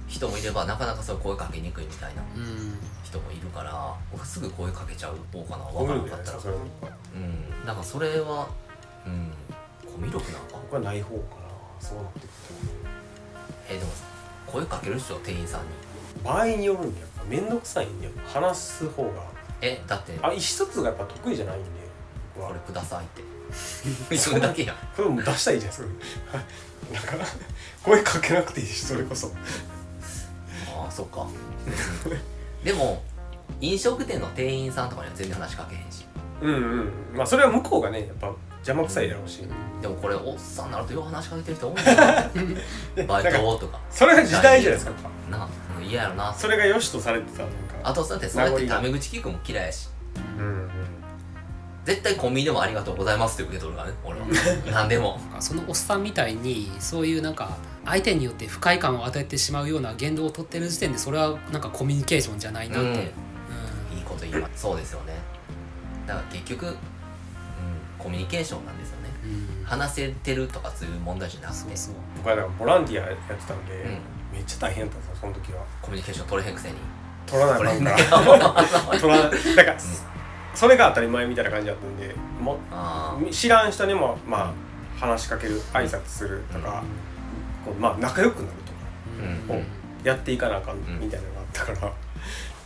Speaker 2: 人もいればなかなかそういう声かけにくいみたいな
Speaker 3: うん
Speaker 2: 人もいるから僕すぐ声かけちゃう方かな
Speaker 1: こ
Speaker 2: 分
Speaker 1: う
Speaker 2: か
Speaker 1: い
Speaker 2: ら
Speaker 1: うんじゃない
Speaker 2: かった
Speaker 1: です
Speaker 2: ら
Speaker 1: かそれは
Speaker 2: うんなんかそれはうんコミュ力なんか
Speaker 1: 僕はない方かなそうなってくる
Speaker 2: えでも声かけるっしょ店員さんに
Speaker 1: と場合によるんだよ面倒くさいんだよ話す方が
Speaker 2: えだって
Speaker 1: あ一つがやっぱ得意じゃないんで僕
Speaker 2: こ
Speaker 1: は
Speaker 2: れください [laughs] ってそれだけや
Speaker 1: これもう出したらいいじゃないですか [laughs] なんか声かけなくていいしそれこそ
Speaker 2: ああそっかでも飲食店の店員さんとかには全然話しかけへんし
Speaker 1: うんうんまあそれは向こうがねやっぱ邪魔くさいだろうし
Speaker 2: でもこれおっさんになるとよう話しかけてる人多いんだ [laughs] なバイトとか
Speaker 1: それが時代じゃないですか
Speaker 2: なうん嫌やろな
Speaker 1: [laughs] それが良しとされてたなんか
Speaker 2: あとだってそれってタメ口聞くのも嫌いやし
Speaker 1: うんうん
Speaker 2: 絶対コンビニでもありがとうございますって受け取るからね [laughs] 俺は何でも
Speaker 3: なんかそのおっさんみたいにそういうなんか相手によって不快感を与えてしまうような言動をとってる時点でそれはなんかコミュニケーションじゃないなって、
Speaker 2: うん
Speaker 3: うん
Speaker 2: いいこと言いますそうですよねだから結局、うん、コミュニケーションなんですよね
Speaker 3: うん
Speaker 2: 話せてるとかそういう問題じゃなく
Speaker 3: そ
Speaker 2: て
Speaker 3: うそう
Speaker 1: 僕はだからボランティアやってたんで、
Speaker 2: ん
Speaker 1: めっちゃ大変だったんですよその時は
Speaker 2: コミュニケーション取れへんくせに
Speaker 1: 取らなあ
Speaker 2: こ
Speaker 1: か
Speaker 2: れ
Speaker 1: ん
Speaker 2: ね
Speaker 1: から [laughs] 取らなだからそれが当たり前みたいな感じだったんでも
Speaker 2: あー
Speaker 1: 知らん人にもまあ話しかける挨拶するとか、こうまあ仲良くなるとか
Speaker 2: うん
Speaker 1: やっていかなあかん
Speaker 2: ん
Speaker 1: みたいなのがあったか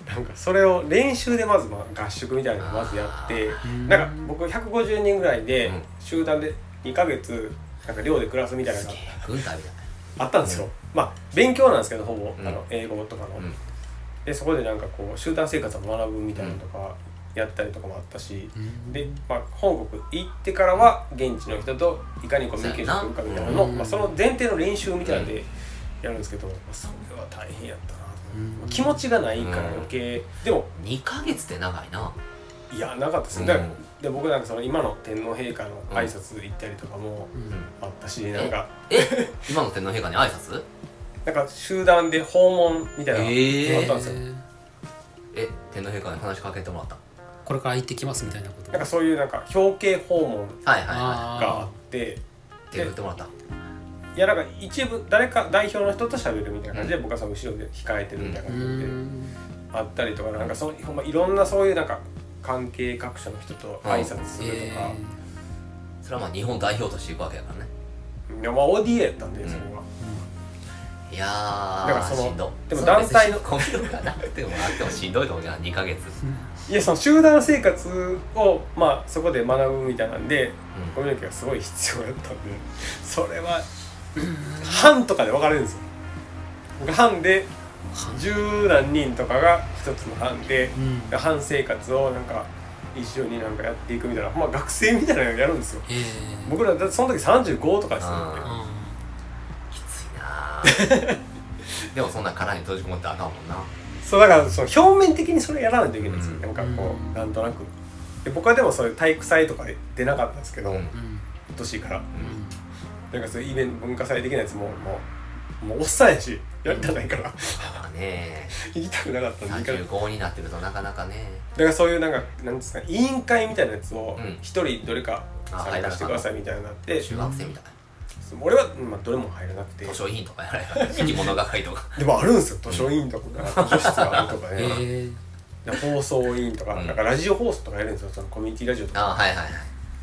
Speaker 1: ら、 [laughs] なんかそれを練習でまずまあ合宿みたいなのをまずやって
Speaker 3: うん
Speaker 1: なんか僕150人ぐらいで
Speaker 2: うん
Speaker 1: 集団で2ヶ月なんか寮で暮らすみたいなのが
Speaker 2: 軍隊みたい
Speaker 1: あったんですよ、まあ勉強なんですけどほぼ、
Speaker 2: うん
Speaker 1: あの英語とかの、
Speaker 2: うん
Speaker 1: でそこでなんかこう集団生活を学ぶみたいなのとかやったりとかもあったし、で、まあ、本国行ってからは現地の人といかにコミュニケーション取るかみたいなのの、
Speaker 3: うん
Speaker 1: まあ、その前提の練習みたいなのでやるんですけど、まあ、それは大変やったなと思って、
Speaker 3: うん
Speaker 1: 気持ちがないから余計、でも
Speaker 2: な2ヶ月って長いない
Speaker 1: やなかったですね、だからで僕なんかその今の天皇陛下の挨拶行ったりとかも
Speaker 3: うん
Speaker 1: あったし、なんか
Speaker 2: え今の天皇陛下に挨拶
Speaker 1: なんか集団で訪問みたいなの
Speaker 2: え
Speaker 1: あったんですよ、
Speaker 3: えー
Speaker 2: え天皇陛下に話しかけてもらった
Speaker 3: これから行ってきますみたいなこと
Speaker 1: なんかそういうなんか表敬訪問
Speaker 2: はいはいは
Speaker 1: があって
Speaker 2: い手振ってもらった
Speaker 1: いやなんか一部誰か代表の人と喋るみたいな感じで、僕はその後ろで控えてるみたいな
Speaker 3: う
Speaker 1: 感じで、
Speaker 3: ん
Speaker 1: あったりとかなんかそうほんまいろんなそういうなんか関係各所の人と挨拶するとか、
Speaker 3: え
Speaker 2: それはまあ日本代表としていくわけだからね
Speaker 1: いやまあ ODA やったんでそれは、
Speaker 2: いやー
Speaker 1: だからその
Speaker 2: しんど
Speaker 1: でも団体の
Speaker 2: そんな別にコミュ力がなくてもあってもしんどいと思うけど2ヶ月
Speaker 3: ー
Speaker 1: いやその集団生活をまあそこで学ぶみたいなんでコミュニケーションがすごい必要やったんでそれは班とかで分かれるんですよ僕班で十何人とかが一つの班で
Speaker 3: うん
Speaker 1: 班生活をなんか一緒になんかやっていくみたいな、まあ、学生みたいなのやるんですよ
Speaker 3: えー
Speaker 1: 僕らだってその時35とかですよね
Speaker 2: うん
Speaker 3: あ
Speaker 2: きついなー [laughs] でもそんな殻に閉じこもってあかんもんな
Speaker 1: そうだからその表面的にそれやらないといけないんですよ、
Speaker 2: うん
Speaker 1: なんかこ
Speaker 3: うん
Speaker 1: うなんとなくで僕はでもそういう体育祭とか出なかったんですけど、
Speaker 2: うん
Speaker 1: 今
Speaker 3: ーうん
Speaker 1: 年から
Speaker 3: うん
Speaker 1: なんかそういうイベント文化祭的なやつももうもうおっさんやしやりたないから [laughs]
Speaker 2: まあね
Speaker 1: 行きたくなかったんで行かなかった
Speaker 2: 35になってるとなかなかね
Speaker 1: だからそういうなんかなんですか委員会みたいなやつを
Speaker 2: うん
Speaker 1: 一人どれか参加してくださいみたいになって、
Speaker 2: 中学生みたいな
Speaker 1: 俺は、まあ、どれも入らなくて
Speaker 2: 図書委員とかやられた生き物係とか
Speaker 1: でもあるんですよ図書委員とか図書室があるとか
Speaker 2: [laughs]
Speaker 1: ね、
Speaker 3: えー
Speaker 1: で放送委員とか,、
Speaker 2: うん
Speaker 1: なんかラジオ放送とかやるんですよそのコミュニティラジオと
Speaker 2: あ
Speaker 1: か
Speaker 2: あはいはいはい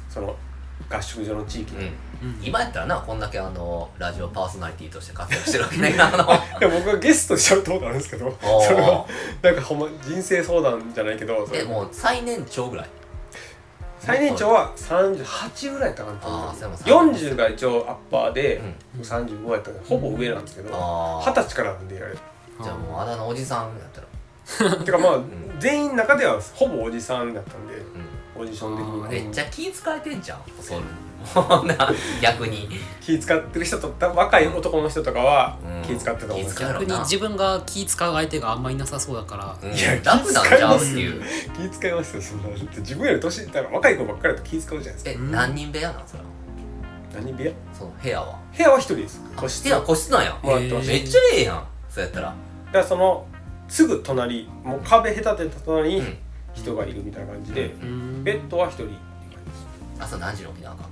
Speaker 1: その合宿所の地域で
Speaker 2: う
Speaker 3: うん
Speaker 2: ん今やったらなこんだけあのラジオパーソナリティとして活躍してるわけねあの
Speaker 1: で僕がゲストしちゃうとことあるんですけど
Speaker 2: おー
Speaker 1: それはなんかほんま人生相談じゃないけどそ
Speaker 2: え
Speaker 1: れ
Speaker 2: もう最年長ぐらい
Speaker 1: 最年長は38ぐらいやったかなと思
Speaker 2: あーそれも
Speaker 1: う40が一応アッパーで
Speaker 2: うん、
Speaker 1: 35やったからほぼ上なんですけど
Speaker 2: あ
Speaker 1: 二
Speaker 2: あ
Speaker 1: 十歳からなんであれ
Speaker 2: じゃあもうあだ名おじさんやったら
Speaker 1: てか
Speaker 2: [laughs]
Speaker 1: まあ
Speaker 2: ん
Speaker 1: 全員の中ではほぼおじさんだったんで
Speaker 2: う
Speaker 1: オーディション的
Speaker 3: あ
Speaker 1: に
Speaker 2: ん
Speaker 3: ー
Speaker 2: めっちゃ気使えてんじゃんそれもうな [laughs] 逆に
Speaker 1: 気使ってる人と若い男の人とかは
Speaker 2: うん
Speaker 1: 気使ってたと思うんですけど
Speaker 2: やろ
Speaker 3: 逆
Speaker 2: うな
Speaker 3: に自分が気使う相手があんまりいなさそうだから、
Speaker 2: うん
Speaker 1: いや
Speaker 2: 楽なんちゃうっていう
Speaker 1: 気使いますよそんなだって自分より年いったら若い子ばっかりだと気使うじゃないです
Speaker 2: え
Speaker 1: か
Speaker 3: うん
Speaker 2: 何人部屋なんそれは
Speaker 1: 何部屋
Speaker 2: その部屋は
Speaker 1: 部屋は一人です個
Speaker 2: 個
Speaker 1: 室
Speaker 2: 室や個室なんや
Speaker 1: もらってま
Speaker 3: へ
Speaker 1: し
Speaker 3: ー
Speaker 1: た
Speaker 2: めっちゃええやんそうやったら
Speaker 1: だからそのすぐ隣もう壁隔てた隣
Speaker 2: う
Speaker 1: に
Speaker 2: ん
Speaker 1: 人がいるみたいな感じで、
Speaker 3: うん
Speaker 1: ベッドは一人って感
Speaker 2: 朝何時に起きなあかん
Speaker 1: じ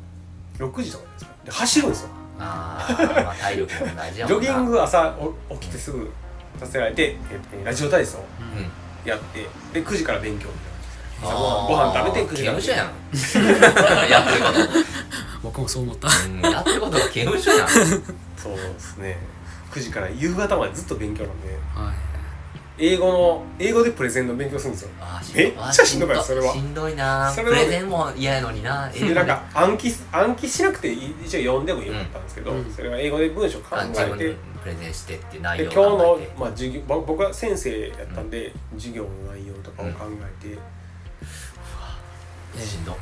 Speaker 1: 6時とかですかで走るんですよ
Speaker 2: あー [laughs] まあ体力も大事
Speaker 1: ジ
Speaker 2: やも
Speaker 1: ョ
Speaker 2: んな
Speaker 1: ギング朝お起きてすぐさせられて、えっとラジオ体操
Speaker 2: うん
Speaker 1: やってで9時から勉強みたいな
Speaker 2: あー
Speaker 1: ご飯食べて9時
Speaker 2: 刑
Speaker 1: から
Speaker 2: 務
Speaker 1: 勉
Speaker 2: 所
Speaker 1: 強
Speaker 2: や
Speaker 1: [laughs]
Speaker 2: んやってること
Speaker 3: 僕もそう思った
Speaker 2: うんやってることが刑務所やん
Speaker 1: そうですね9時から夕方までずっと勉強なんで
Speaker 3: はい
Speaker 1: 英語の英語でプレゼンの勉強するんですよ
Speaker 2: あーし
Speaker 1: めっ
Speaker 2: どい
Speaker 1: ちゃしんどかったそれは
Speaker 2: しんどいな
Speaker 1: それ
Speaker 2: プ
Speaker 1: は
Speaker 2: レゼンも嫌やのにな
Speaker 1: でなんか暗記す暗記しなくていい一応読んでもよかったんですけど、
Speaker 3: うん
Speaker 1: それは英語で文章考
Speaker 2: あ自
Speaker 1: え
Speaker 2: 分
Speaker 1: て
Speaker 2: でプレゼンしてって内
Speaker 1: で
Speaker 2: 容
Speaker 1: 今日の
Speaker 2: 考えて、
Speaker 1: まあ、授業ぼ僕は先生やったんで、授業の内容とかを考えて、
Speaker 3: え
Speaker 2: しんど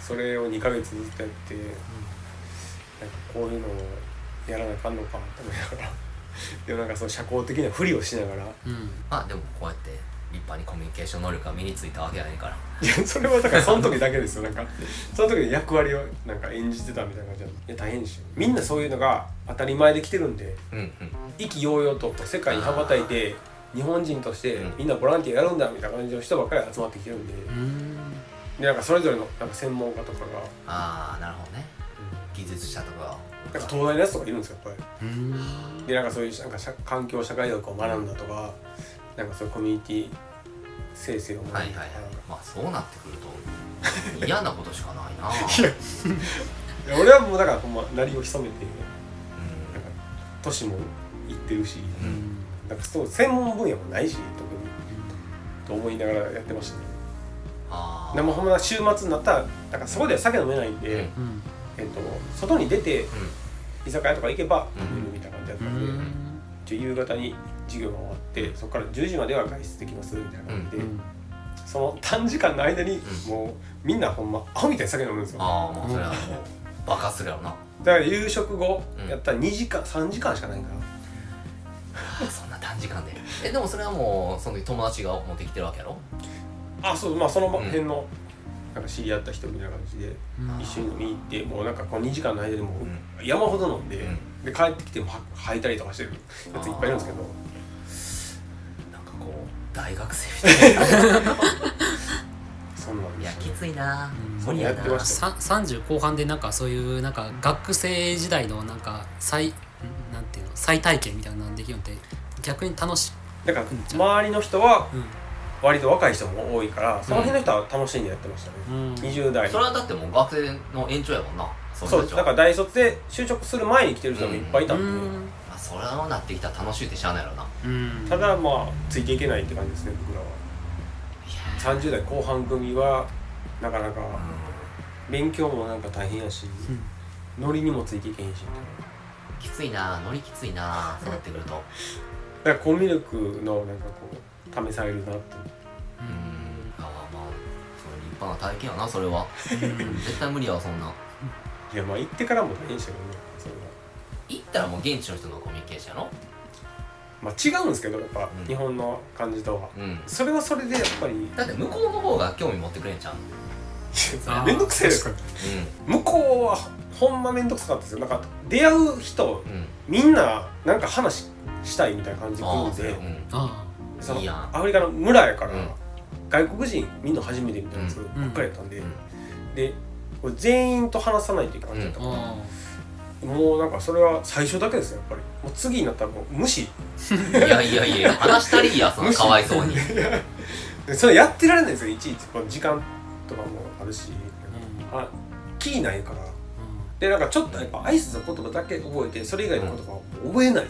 Speaker 1: それを2ヶ月ずっとやって、なんかこういうのをやらなあかんのかと思いながら [laughs] でもなんかその社交的なふりをしながら
Speaker 3: ーうん
Speaker 2: まあでもこうやって立派にコミュニケーション能力が身についたわけやねんから
Speaker 1: いやそれはだからその時だけですよなんかその時の役割をなんか演じてたみたいな感じなんでいや大変でしょみんなそういうのが当たり前で来てるんで
Speaker 2: うんうん
Speaker 1: 意気揚々と世界に羽ばたいて日本人として
Speaker 2: うん
Speaker 1: みんなボランティアやるんだみたいな感じの人ばっかり集まってきてるんで
Speaker 3: うん
Speaker 1: でなんかそれぞれのなんか専門家とかが
Speaker 2: ああなるほどね技術者とか
Speaker 1: なんか東大のやつとかいるんですよやっぱ
Speaker 3: うん
Speaker 1: りでなんかそういうなんか社環境社会学を学んだとかなんかそういうコミュニティ生成を学んだ
Speaker 2: はい
Speaker 1: と
Speaker 2: はい
Speaker 1: か
Speaker 2: はいまあそうなってく
Speaker 1: [laughs]
Speaker 2: ると嫌なことしかないな、
Speaker 1: いや俺はもうだからほんま鳴りを潜めて
Speaker 2: うん
Speaker 1: なんか年も行ってるし
Speaker 2: うん
Speaker 1: なんかそう専門分野もないし特にと思いながらやってましたね
Speaker 2: あ
Speaker 1: で
Speaker 2: あ
Speaker 1: もほんま週末になったらなんかそこでは酒飲めないんで、
Speaker 2: うん
Speaker 3: うん
Speaker 1: えっと、外に出て居酒屋とか行けば
Speaker 2: うん
Speaker 1: 売るみたいな感じだった
Speaker 3: うー
Speaker 1: んで、
Speaker 3: ん
Speaker 1: じゃあ夕方に授業が終わってそこから10時までは外出できますみたいな感じ
Speaker 3: う
Speaker 1: で、
Speaker 3: ん
Speaker 1: その短時間の間に
Speaker 2: うん
Speaker 1: もうみんなほんまアホみたいに酒飲むんですよ
Speaker 2: ああまあそれはもう爆発するやろな
Speaker 1: だから夕食後
Speaker 2: うん
Speaker 1: やったら2時間3時間しかないから
Speaker 2: そんな短時間でえでもそれはもうその時友達が持ってきてるわけやろ
Speaker 1: あそうまあその
Speaker 2: うん
Speaker 1: 辺の、なんか知り合った人みたいな感じで
Speaker 3: うん
Speaker 1: 一緒に飲みに行ってもうなんかこの2時間の間でも
Speaker 2: う
Speaker 1: う山ほど飲んで,、
Speaker 2: うん
Speaker 1: で帰ってきてもは吐いたりとかしてるやついっぱいいるんですけど
Speaker 2: なんかこう大学生みたいな [laughs]
Speaker 1: そんなん
Speaker 2: い
Speaker 1: で
Speaker 2: や
Speaker 1: す
Speaker 2: き
Speaker 1: よね
Speaker 2: ついな
Speaker 3: うん
Speaker 2: 無理やな
Speaker 1: やってまし
Speaker 3: さ30後半でなんかそういうなんか学生時代のなんか再んなんていうの再体験みたいなのできるのって逆に楽し
Speaker 1: だから周りの人は
Speaker 3: うん
Speaker 1: 割と若い人も多いからその辺の人は楽しんでやってましたね、
Speaker 3: うん
Speaker 1: 20代
Speaker 2: それはだってもう学生の延長やもんなそ
Speaker 1: そう
Speaker 2: う
Speaker 1: で
Speaker 2: い
Speaker 1: すだ
Speaker 2: 人たち
Speaker 1: か
Speaker 2: は
Speaker 1: ら大卒で就職する前に来てる人もいっぱいいたんで、
Speaker 3: うん
Speaker 2: まあそれはなってきたら楽しいってしゃあないやろな
Speaker 3: うん
Speaker 1: ただまあついていけないって感じですね僕らは30代後半組はなかなか
Speaker 2: う
Speaker 1: 勉強もなんか大変やし
Speaker 3: うん
Speaker 1: ノリにもついていけへんしみたいなん
Speaker 2: きついなノリきついなそうなってくると
Speaker 1: だからコミュ力のなんかこう試されるなって
Speaker 2: うんまあまあそれ立派な体験やなそれは絶対無理やわそんない
Speaker 1: やまあ行ってからも大変でしたけどねそれは
Speaker 2: 行ったらもう現地の人のコミュニケーションやろ
Speaker 1: まあ違うんですけどやっぱ
Speaker 2: うん
Speaker 1: 日本の感じとは
Speaker 2: うん
Speaker 1: それはそれでやっぱ
Speaker 2: [laughs]
Speaker 1: り
Speaker 2: だって向こうの方が興味持ってくれんじゃんうん
Speaker 1: [laughs]
Speaker 3: あー
Speaker 1: 面倒くせえですから向こうはほんま面倒くさかったですよなんか出会う人
Speaker 2: うん
Speaker 1: みんななんか話したいみたいな感じで来
Speaker 2: あ
Speaker 1: る
Speaker 2: あ
Speaker 1: ん
Speaker 2: それ
Speaker 1: で
Speaker 2: うん
Speaker 3: あ
Speaker 1: その
Speaker 2: いいやん
Speaker 1: アフリカの村やから、
Speaker 2: うん
Speaker 1: 外国人みんな初めてみたいなやつばっかりやったんで、
Speaker 2: うん
Speaker 1: でこれ全員と話さないといけなかった
Speaker 3: あ
Speaker 1: から、
Speaker 3: あ
Speaker 1: もうなんかそれは最初だけですよやっぱりもう次になったらもう無視
Speaker 2: いやいやいや話したりいや
Speaker 3: [laughs]
Speaker 2: そのかわいそうに
Speaker 1: でそれやってられないですよいちいちこの時間とかもあるし、
Speaker 3: う
Speaker 1: あキーないからでなんかちょっとやっぱ挨拶の言葉だけ覚えてそれ以外の言葉を覚えない、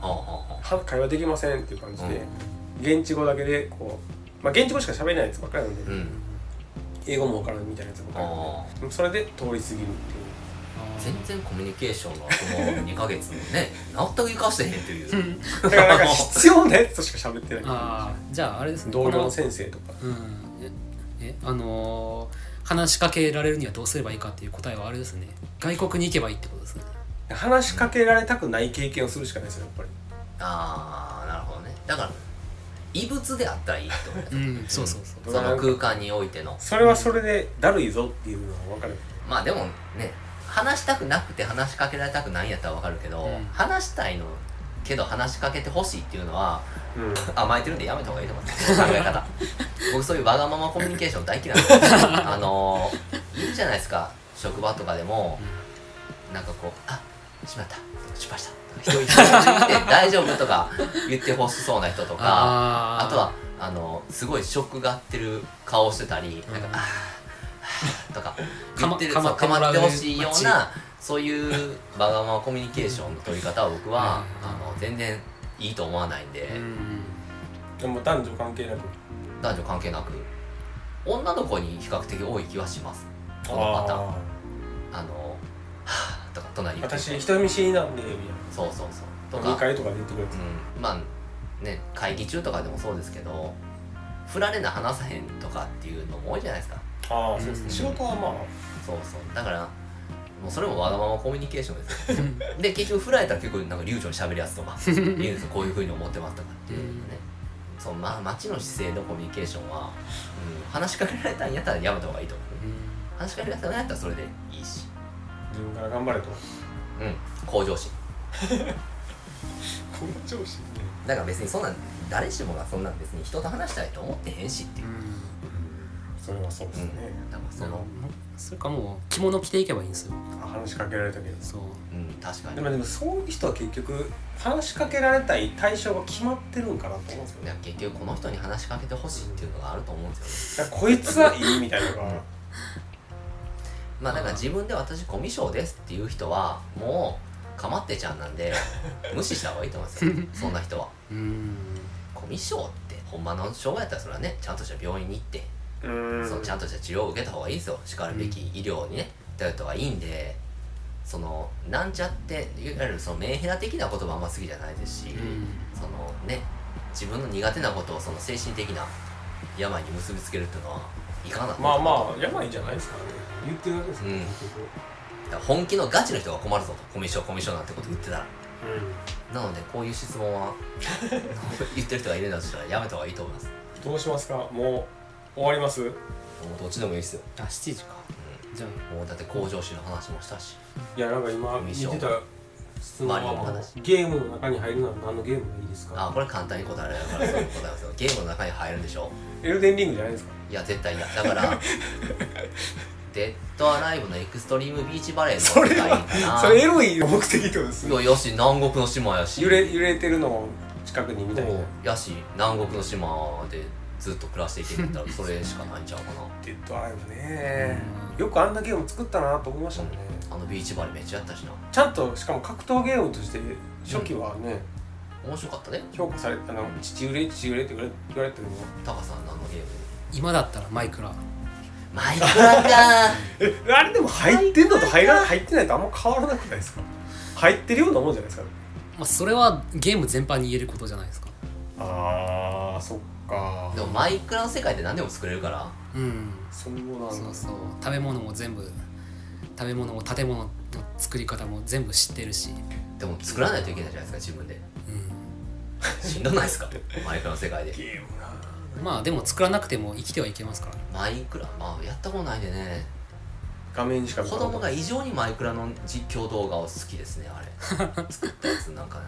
Speaker 2: あああ
Speaker 1: は会話できませんっていう感じで、現地語だけでこうまあ現地語しか喋れないやつばっかりなんで、
Speaker 2: あうん
Speaker 1: 英語もわからんみたいなやつばっかりなんで
Speaker 2: あ
Speaker 1: それで通り過ぎるっていう
Speaker 2: あ全然コミュニケーションがその2ヶ月ね全く生かしてへんという
Speaker 3: う
Speaker 2: うん
Speaker 3: ん
Speaker 1: だからなんか必要なやつとしか喋ってない
Speaker 3: ああじゃああれですね
Speaker 1: 同僚
Speaker 3: こ
Speaker 1: の
Speaker 3: の
Speaker 1: 先生とか
Speaker 3: うんええあのー話しかけられるにはどうすればいいかっていう答えはあれですね外国に行けばいいってことですね
Speaker 1: 話しかけられたくない経験をするしかないですよやっぱり
Speaker 2: ああなるほどねだから異物であったらいいってことね
Speaker 3: うんそうそうそう
Speaker 2: その空間においての
Speaker 1: それはそれでだるいぞっていうのは分かる
Speaker 2: まあでもね話したくなくて話しかけられたくないんやったらわかるけど、
Speaker 3: うん
Speaker 2: 話したいのけど話しかけてほしいっていうのは
Speaker 1: うん
Speaker 2: 甘えてるんでやめた方がいいと思
Speaker 3: [laughs]
Speaker 2: って考え方僕そういうわがままコミュニケーション大嫌いなん
Speaker 3: [laughs]
Speaker 2: ですよあのーいるじゃないですか職場とかでも、なんかこう「あしまった失敗した」とか一人一人
Speaker 3: [laughs]
Speaker 2: 言って「大丈夫?」とか言ってほしそうな人とか。
Speaker 3: あー
Speaker 2: あとはあのすごいショックがあってる顔してたり、
Speaker 3: うん
Speaker 2: なんか「あーあー」とか
Speaker 3: か
Speaker 2: 言
Speaker 3: ま
Speaker 2: ってる
Speaker 3: か
Speaker 2: そ
Speaker 3: ま
Speaker 2: う
Speaker 3: って
Speaker 2: か
Speaker 3: もらう
Speaker 2: まってほしいようなそういうわがままコミュニケーションの取り方は僕は、
Speaker 3: うん
Speaker 2: あの全然いいと思わないんで、
Speaker 3: うん
Speaker 1: でも男女関係なく
Speaker 2: 男女関係なく女の子に比較的多い気はしますこのパターン
Speaker 1: あ
Speaker 2: あの「はあ」とか隣
Speaker 1: ー
Speaker 2: に
Speaker 1: 私人見知りなんでみ
Speaker 2: そうそう
Speaker 1: た
Speaker 2: そう
Speaker 1: い
Speaker 2: と
Speaker 1: な2
Speaker 2: か、
Speaker 1: 回とかで言ってくれるんで
Speaker 2: うん、まあね会議中とかでもそうですけど振られな話さへんとかっていうのも多いじゃないですか
Speaker 1: すああそうです
Speaker 3: うん
Speaker 1: ね仕事はまあ
Speaker 2: そうそうだからもうそれもわがままコミュニケーションですよで結局振られたら結構なんか流暢に喋るやつ
Speaker 1: [laughs]
Speaker 2: とか言うんですよこういうふうに思ってますとかっていうのねそのまあ街の姿勢のコミュニケーションは、うん、話しかけられたんやったらやめた方がいいと思う話しかけられたんやったらそれでいいし
Speaker 1: 自分から頑張れと
Speaker 2: うん向上心
Speaker 1: この調子ね
Speaker 2: だから別にそんなん誰しもがそんなん別に人と話したいと思ってへんしっていうう、
Speaker 3: ん
Speaker 1: それはそうですね
Speaker 2: うん、だからそ
Speaker 3: そ
Speaker 2: の
Speaker 3: のそれかもう着物着ていけばいいんですよ
Speaker 1: あ話しかけられたけど
Speaker 3: そう
Speaker 2: うん確かに
Speaker 1: でもでもそういう人は結局話しかけられたい対象が決まってるんかなと思うんですよ
Speaker 2: [laughs] いや
Speaker 1: ね
Speaker 2: 結局この人に話しかけてほしいっていうのがあると思うんですよね
Speaker 1: だからこいつはいいみたいなのが
Speaker 2: まあだから自分で私コミュ障ですっていう人はもうかまってちゃんな
Speaker 1: [laughs]
Speaker 2: んで無視した方がいいと思いますよそんな人は
Speaker 3: うん
Speaker 2: コミュ障ってほんまの障害やったらそれはねちゃんとした病院に行って、
Speaker 1: うーん
Speaker 2: そのちゃんとした治療を受けた方がいいですよしかるべき医療にねったりとかいいんでそのなんちゃっていわゆるそのメンヘラ的な言葉あんま好きじゃないですし、そのね自分の苦手なことをその精神的な病に結びつけるっていうのはいかがなこと
Speaker 1: まあまあ病じゃないですからね言ってるだけですから、
Speaker 2: うん
Speaker 1: 結局
Speaker 2: だから本気のガチの人が困るぞとコミュ障コミュ障なんてこと言ってたら
Speaker 1: う
Speaker 2: なのでこういう質問は [laughs] 言ってる人がいるんだとしたらやめた方がいいと思いますも
Speaker 1: んどうしますかもう終わります
Speaker 2: うどっちでもいいですよ
Speaker 3: あ7時かじゃ
Speaker 2: もうだって向上心の話もしたし
Speaker 1: いやなんか今見てた質問は
Speaker 2: マリオの話
Speaker 1: ゲームの中に入るなら何のゲームがいいです
Speaker 2: あ
Speaker 1: か
Speaker 2: これ簡単に答えられるからそういう答えますよゲームの中に入るんでしょ
Speaker 1: エルデンリングじゃないですか
Speaker 2: いや絶対いやだから
Speaker 1: [laughs]
Speaker 2: デッドアライブのエクストリームビーチバレーの
Speaker 1: それ
Speaker 2: 世界
Speaker 1: は
Speaker 2: な
Speaker 1: それエロい目的ってことです
Speaker 2: いやよし南国の島やし
Speaker 1: 揺れ揺れてるのを近くにみたいな
Speaker 2: やし南国の島でずっと暮らしていけるんだったらそれしかないんちゃうかな
Speaker 1: デッドアライブねよくあんなゲーム作ったなと思いましたもんね
Speaker 2: あのビーチバレーめっちゃやったしな
Speaker 1: ちゃんとしかも格闘ゲームとして初期はね、
Speaker 2: 面白かったね
Speaker 1: 評価されあの父売れ父売れって言われ言われてるの
Speaker 2: タカさん何のゲーム
Speaker 3: あ今だったらマイクラ
Speaker 2: マイクラか
Speaker 1: えあれでも入ってんのと入らない入ってないとあんま変わらなくないですか入ってるようなもんじゃないですか
Speaker 3: まあ、それはゲーム全般に言えることじゃないですか
Speaker 1: あーそっか
Speaker 2: [laughs] でもマイクラの世界で何でも作れるから
Speaker 3: うん
Speaker 1: そうなんだ
Speaker 3: そうそう食べ物も全部食べ物も建物の作り方も全部知ってるし、
Speaker 2: でも作らないといけないじゃないですか自分で
Speaker 3: う、
Speaker 2: しんどないですかマイクラの世界で
Speaker 1: ゲームなん
Speaker 3: まあでも作らなくても生きてはいけますからね
Speaker 2: マイクラまあやったことないでね
Speaker 1: 画面しか
Speaker 2: 子供が
Speaker 1: い
Speaker 2: 異常にマイクラの実況動画を好きですねあれ作ったやつなんかね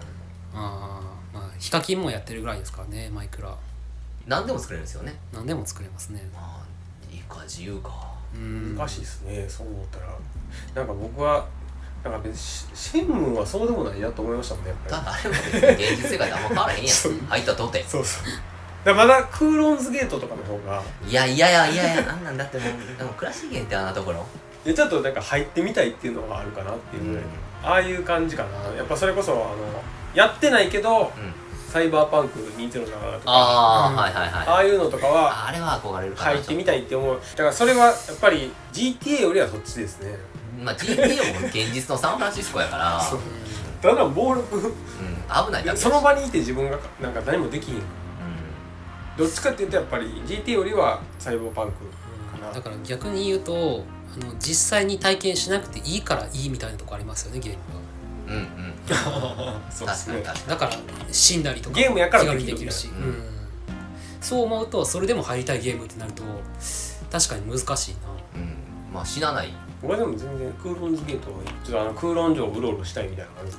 Speaker 3: ああまあヒカキンもやってるぐらいですからねマイクラ
Speaker 2: 何でも作れるんですよね
Speaker 3: 何でも作れますね
Speaker 2: まあいいか自由か
Speaker 3: うん
Speaker 1: 難しいですねそう思ったらなんか僕はなんか別にシシェンムーはそうでもないなと思いましたもんねやっぱり
Speaker 2: ただあれは別に現実世界であんま変わらへんや
Speaker 1: [laughs] そうん
Speaker 2: 入ったとて
Speaker 1: そうそうだからまだクーロンズゲートとかの方が
Speaker 2: いやいやいやいやいやなんなんだってもうでもクラシックゲームってあんなところ
Speaker 1: でちょっとなんか入ってみたいっていうのはあるかなっていうぐらい、
Speaker 2: うん
Speaker 1: ああいう感じかなやっぱそれこそあのやってないけど
Speaker 2: うん
Speaker 1: サイバーパンク2077とかあ
Speaker 2: ああ、
Speaker 3: うん
Speaker 2: はいはいはい
Speaker 1: あいうのとかは
Speaker 2: ああれは憧れるから
Speaker 1: 入ってみたいって思うだからそれはやっぱり GTA よりはそっちですね
Speaker 2: まあ GTA も現実のサンフランシスコやから、、
Speaker 1: [laughs] そううんだんだん暴力
Speaker 2: 危ないだけだし
Speaker 1: その場にいて自分がなんか何もできひんどっちかっていうとやっぱり GTA よりはサイバー
Speaker 2: [laughs]
Speaker 1: パンクかな
Speaker 3: だから逆に言うとあの実際に体験しなくていいからいいみたいなとこありますよねゲーム
Speaker 2: うんうんうん
Speaker 1: そうで
Speaker 2: 確
Speaker 1: す
Speaker 2: かに
Speaker 1: ね
Speaker 2: 確かに
Speaker 3: がだから死んだりとか
Speaker 1: ゲームやから
Speaker 3: 気軽
Speaker 1: で
Speaker 3: に
Speaker 1: き
Speaker 3: で
Speaker 1: る
Speaker 3: きるし、
Speaker 2: うん
Speaker 3: うんそう思うとそれでも入りたいゲームってなると確かに難しいな
Speaker 2: うんまあ死なない
Speaker 1: 俺でも全然クーロンズゲートはいいちょっとあのクーロン城をうろうろしたいみたいな感じ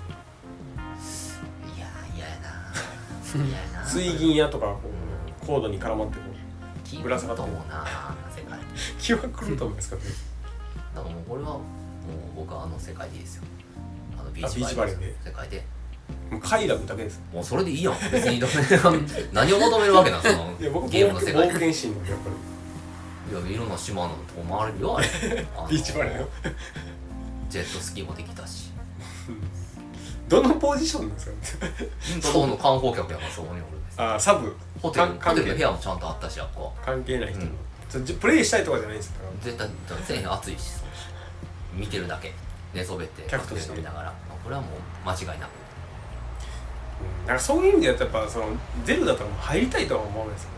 Speaker 2: いやー嫌や [laughs] な嫌やな
Speaker 1: 水銀屋とかこうコードに絡まってこう
Speaker 2: 気
Speaker 1: ぶら下がって
Speaker 2: と
Speaker 1: る
Speaker 2: 思うなあんな世界だ
Speaker 1: 気は狂うと思いますからね
Speaker 2: からもうこれはもう僕はあの世界でいいですよあのビ
Speaker 1: あビ
Speaker 2: ー
Speaker 1: ー
Speaker 2: チ
Speaker 1: チ
Speaker 2: バ
Speaker 1: バ
Speaker 2: レ
Speaker 1: レ
Speaker 2: ー
Speaker 1: ー
Speaker 2: の
Speaker 1: で
Speaker 2: 世界で
Speaker 1: もう快楽だけです
Speaker 2: もうそれでいいやん別にどんな何を求める [laughs] わけなんその
Speaker 1: いや僕
Speaker 2: ゲー
Speaker 1: 冒
Speaker 2: ムの世
Speaker 1: 険
Speaker 2: 界
Speaker 1: 冒
Speaker 2: いや
Speaker 1: 険心なんでやっぱり
Speaker 2: いろんな島のとこ回れるよあれ [laughs]
Speaker 1: [laughs]
Speaker 2: あの
Speaker 1: ビーチバレーの
Speaker 2: ジェットスキーもできたし
Speaker 1: どのポジションなんですか
Speaker 2: そこの観光客やからそこにおるんです
Speaker 1: あーサブ
Speaker 2: ホテル
Speaker 1: か
Speaker 2: ホ
Speaker 1: 関
Speaker 2: テルの部
Speaker 1: 係
Speaker 2: 屋もちゃんとあったしやっぱ
Speaker 1: 関係ない人、
Speaker 2: うん
Speaker 1: ちょじゃプレイしたいとかじゃないんですから
Speaker 2: 絶対全員暑いしその見てるだけ寝そべってカ
Speaker 1: 客
Speaker 2: ク
Speaker 1: と
Speaker 2: テ
Speaker 1: し
Speaker 2: ル
Speaker 1: て
Speaker 2: 飲みながらまあこれはもう間違いなく
Speaker 1: うんなんかそういう意味でやったらやっぱそのゼルダとかも入りたいとは思わないですよね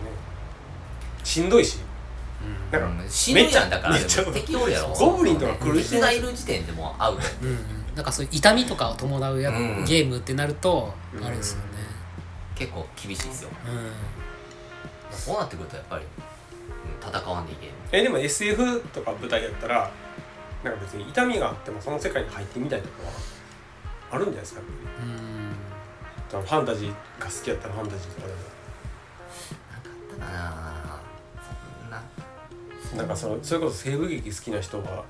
Speaker 1: しんどいし
Speaker 3: う
Speaker 1: なんか
Speaker 2: うん死ぬやんだから
Speaker 1: めっちゃ
Speaker 2: でも敵おるやろ
Speaker 1: ゴブリンとか
Speaker 2: 苦
Speaker 1: 苦
Speaker 2: し
Speaker 1: し
Speaker 2: い
Speaker 1: い
Speaker 2: がいる時点でもうアウト
Speaker 3: ん、うん、なんかそういう痛みとかを伴うや、
Speaker 2: うん
Speaker 3: ゲームってなると
Speaker 1: うん
Speaker 3: あれですよね
Speaker 2: 結構厳しいですよ
Speaker 3: うん、
Speaker 2: そうなってくるとやっぱりうん戦わんでいけん
Speaker 1: えでも SF とか舞台やったらなんか別に痛みがあってもその世界に入ってみたいとかはあるんじゃないですか
Speaker 3: うん、
Speaker 1: ファンタジーが好きやったらファンタジーとかでも
Speaker 2: なかったかなそん
Speaker 1: な
Speaker 2: な
Speaker 1: んかそのそれこそ西部劇好きな人は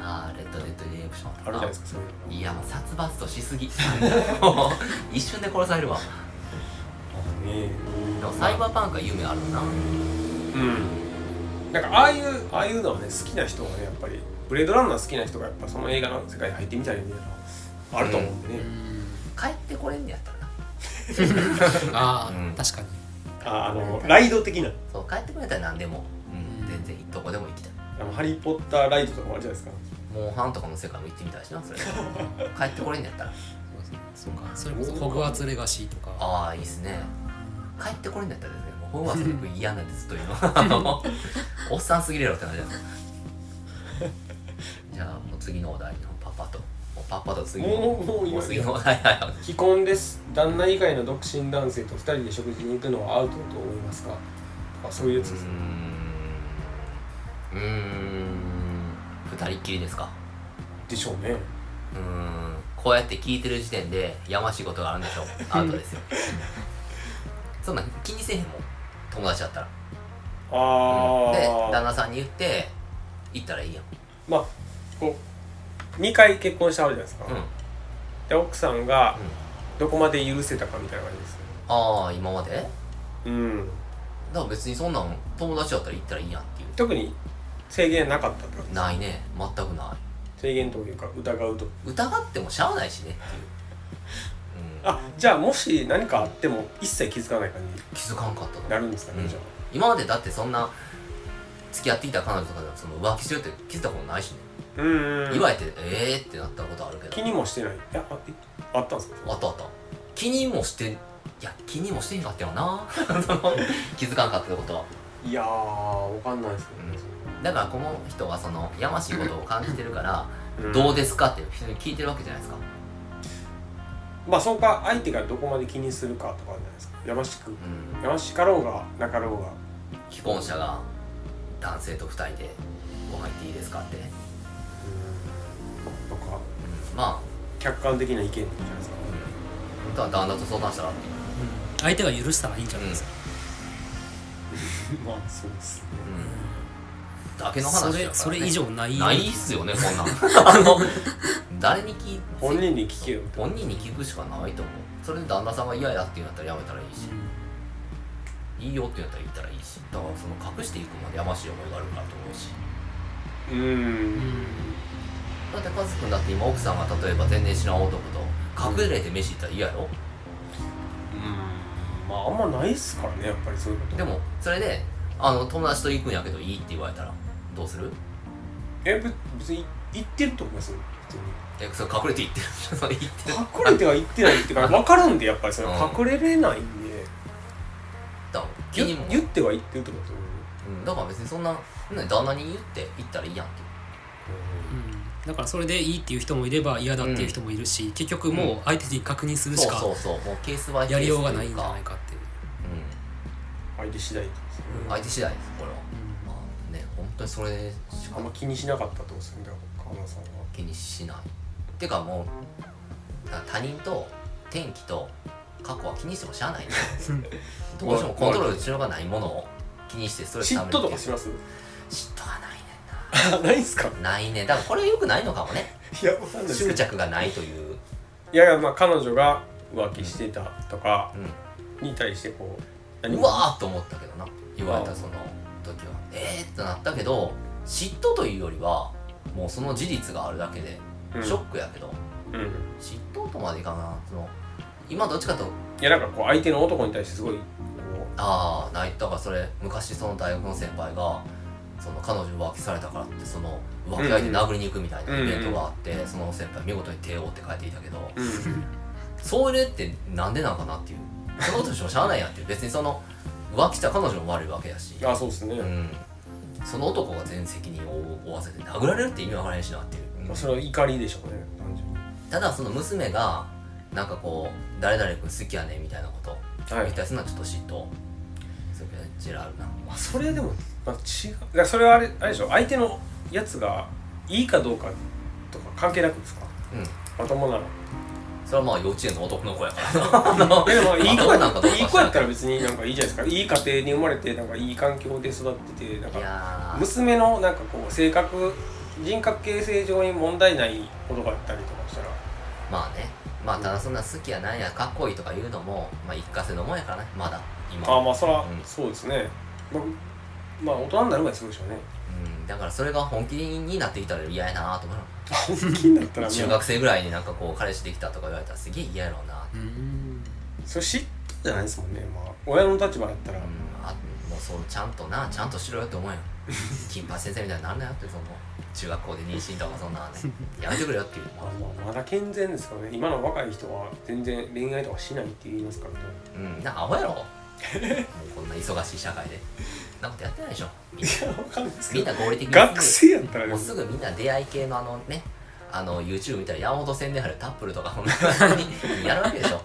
Speaker 2: あーレッドデッドリデンプション
Speaker 1: あるじゃないですかそういうの
Speaker 2: いやもう殺伐としすぎ [laughs] もう一瞬で殺されるわ
Speaker 1: ね
Speaker 2: でもサイバーパンクは夢あるな
Speaker 1: うんなんかああいうああいうのはね好きな人はねやっぱりブレードランナー好きな人がやっぱその映画の世界に入ってみたいみたいなのはあると思
Speaker 2: [laughs]
Speaker 1: うんでね、
Speaker 2: 帰ってこれんねやったらな
Speaker 3: ああ、
Speaker 2: うん
Speaker 3: 確かに
Speaker 1: ああのライド的な
Speaker 2: そう帰ってくれたら何でも、うん
Speaker 3: うん
Speaker 2: 全然どこでも行きたい
Speaker 1: あのハリー・ポッターライドとかもあるじゃないですか
Speaker 2: モンハンとかの世界も行ってみたいしなそれ帰ってこれんのやったら
Speaker 3: そうかそれこそホグワーツレガシーとか
Speaker 2: ああいいっすね帰ってこれんのやったらですねもうホグワーツ僕嫌なんですというの
Speaker 1: [laughs]
Speaker 2: あのおっさんすぎるやろって話だじゃあもう次のお題のパパともうパパと次の
Speaker 1: もうもういいよ
Speaker 2: もう次のお題はいはい
Speaker 1: 既婚です旦那以外の独身男性と2人で食事に行くのはアウトと思いますかあそういうやつです、
Speaker 2: うーんうーん二人っきりですか
Speaker 1: でしょうね
Speaker 2: うーんこうやって聞いてる時点でやましいことがあるんでしょうアウトですよそんなん気にせえへんもん友達だったら
Speaker 1: あ
Speaker 2: で
Speaker 1: あ、
Speaker 2: 旦那さんに言って行ったらいいやん
Speaker 1: まあこう2回結婚したわけじゃないです
Speaker 2: う
Speaker 1: か、
Speaker 2: ん、うん、
Speaker 1: で奥さんがどこまで許せたかみたいな感じですね
Speaker 2: ああ今までだ
Speaker 1: うん
Speaker 2: から別にそんなん友達だったら行ったらいいやんってい
Speaker 1: 特に制限なかったってこと
Speaker 2: うないね全くな
Speaker 1: 制限というか疑うと
Speaker 2: い疑ってもしゃあないしねっていう、うん、
Speaker 1: あじゃあもし何かあっても一切気づかない感じ
Speaker 2: 気づかんかったと
Speaker 1: になるんですかね、
Speaker 2: うん
Speaker 1: じゃあ
Speaker 2: 今までだってそんな付き合ってきた彼女とかでもその浮気してるって気づいたことないしね、
Speaker 1: うん
Speaker 2: 言われてえーってなったことあるけど
Speaker 1: 気にもしてないいやあえあったんですか
Speaker 2: あったあった気にもしていや気にもしてへんかったよな [laughs] その気づかんかったことはい
Speaker 1: やーわかんないです
Speaker 2: だからこの人はそのやましいことを感じてるから
Speaker 1: けど、
Speaker 2: ど
Speaker 1: う
Speaker 2: うですかって人に聞いてるわけじゃないですか
Speaker 1: まあそうか相手がどこまで気にするかとかあるじゃないですかやましく
Speaker 2: うん
Speaker 1: やましかろうがなかろうが
Speaker 2: 既婚者が男性と2人でご飯行っていいですかって、うん
Speaker 1: とか
Speaker 2: ま
Speaker 1: 客観的な意見じゃないですか
Speaker 2: あ、うん、本当は旦那と相談したらっていう
Speaker 3: うん相手が許したらいいんじゃないですか、
Speaker 1: [laughs] まあそうですね
Speaker 2: うんだけの話だから、
Speaker 3: そ
Speaker 2: ね
Speaker 3: れ、それ以上ない
Speaker 2: ないっすよねそんなんあの [laughs] 誰に聞い
Speaker 1: 本人に聞けよって
Speaker 2: 本人に聞くしかないと思うそれで旦那さんが嫌やって言うんだったらやめたらいいしいいよって言うんだったら言ったらいいしだからその隠していくまでやましい思いがあるからと思うし
Speaker 1: うん
Speaker 3: うん
Speaker 1: ん
Speaker 2: だってカズくんだって今奥さんが例えば全然知らん男と隠れて飯行ったら嫌やろ
Speaker 1: まああんまないっすからねやっぱりそういうこと
Speaker 2: でもそれであの友達と行くんやけどいいって言われたらどうする
Speaker 1: えぶ別に言ってると思いますよ普通に
Speaker 2: えそれ隠れて行ってる [laughs] それ言ってる
Speaker 1: 隠れては言ってないっていうか分かるんでやっぱりそれ
Speaker 2: うん
Speaker 1: 隠れれないんで
Speaker 2: だから気
Speaker 1: 言
Speaker 2: にも
Speaker 1: 言っては言ってるってことですよね
Speaker 2: うんだから別にそんな、ね、旦那に言って行ったらいいやんって
Speaker 3: うんだからそれでいいっていう人もいれば嫌だっていう人もいるし、結局もう相手に確認するし
Speaker 2: そう
Speaker 3: か
Speaker 2: そうそうもうケースバイケー
Speaker 3: や
Speaker 2: ス
Speaker 3: り
Speaker 2: と
Speaker 3: よう
Speaker 2: う
Speaker 3: がないんじゃない
Speaker 2: か
Speaker 3: かっていう、
Speaker 1: 相手次第ってことですね
Speaker 2: うん、相手次第ですこれは、
Speaker 3: うん
Speaker 2: まあね本当にそれし
Speaker 1: あ
Speaker 2: か
Speaker 1: んま気にしなかったってことですよねだから川村さんは
Speaker 2: 気にしないてかもうだから他人と天気と過去は気にしてもしゃ
Speaker 1: [laughs]
Speaker 2: あないねどうしてもコントロールしようがないものを気にしてストレス
Speaker 1: 嫉
Speaker 2: た
Speaker 1: 妬
Speaker 2: める
Speaker 1: と
Speaker 2: ってい
Speaker 1: か
Speaker 2: う
Speaker 1: します
Speaker 2: 嫉妬はないね
Speaker 1: ないんすか
Speaker 2: んなないねだからこれはよくないのかもね
Speaker 1: いやわかんないです
Speaker 2: 執
Speaker 1: けど
Speaker 2: 着がないという、
Speaker 1: いやいやまあ彼女が浮気してたとか
Speaker 2: う
Speaker 1: に対してこう何
Speaker 2: ん、
Speaker 1: も
Speaker 2: うわーっと思ったけどな言われたその時はえーってなったけど嫉妬というよりはもうその事実があるだけで
Speaker 1: うん
Speaker 2: ショックやけど、
Speaker 1: うん
Speaker 2: 嫉妬とまでいかんなその今どっちかと
Speaker 1: いやなんかこう相手の男に対してすごいこ
Speaker 2: ああないだからそれ昔その大学の先輩がその彼女浮気されたからってその浮気相手殴りに行くみたいなイベントがあって、その先輩見事に帝王って書いていたけど、
Speaker 1: ううん
Speaker 2: それってなんでなんかなっていうそのことしてもしゃあないやんっていう別にその浮気した彼女も悪いわけやし、
Speaker 1: あそうですね
Speaker 2: うん、その男が全責任を負わせて殴られるって意味わからへんしなっていう、
Speaker 1: まあそれは怒りでしょうね単純に
Speaker 2: ただその娘がなんかこう誰々君好きやねみたいなこと
Speaker 1: は
Speaker 2: 言っ
Speaker 1: い
Speaker 2: たりするのはちょっと嫉妬それジェラールな
Speaker 1: まあそれでもまあ違うだからそれはあれあれでしょ相手のやつがいいかどうかとか関係なくですか
Speaker 2: うん
Speaker 1: まともなら
Speaker 2: それはまあ幼稚園の男の子やから
Speaker 1: でもまあいい子や
Speaker 2: まともなんかどうかは知らない
Speaker 1: いい子やったら別になんかいいじゃないですかいい家庭に生まれてなんかいい環境で育っててなん
Speaker 2: い
Speaker 1: か
Speaker 2: やー
Speaker 1: 娘のなんかこう性格人格形成上に問題ないことがあったりとかしたら
Speaker 2: まあねまあただそんな好きやなんやかっこいいとか言うのもまあ一過性のもんやからねまだ今
Speaker 1: ああまあそら
Speaker 2: うん
Speaker 1: そうですねまあまあ大人になるまでそうでし [laughs] ょうね
Speaker 2: うん、だからそれが本気になってきたら嫌やなと思う
Speaker 1: 本気になったらもう
Speaker 2: 中学生ぐらいになんかこう彼氏できたとか言われたらすげえ嫌やろうな
Speaker 3: うん
Speaker 1: それ嫉じゃないですもんね、まあ、親の立場やったら、
Speaker 2: うん、あもうそうちゃんとなちゃんとしろよって思うよ金八先生みたいになんなよってその中学校で妊娠とかそんなねやめてくれよっていう
Speaker 1: まあまあまだ健全ですからね今の若い人は全然恋愛とかしないって言いますからね
Speaker 2: うんなんかアホやろもうこんな忙しい社会でなんかやってないでしょみんない
Speaker 1: やわかんないですけ
Speaker 2: みん
Speaker 1: ど
Speaker 2: な合理的に
Speaker 1: 学生やったら
Speaker 2: も
Speaker 1: で
Speaker 2: う
Speaker 1: す
Speaker 2: すぐみんな出会い系のあのねあの YouTube 見たら山本千年春タップルとかほんまにやるわけでしょ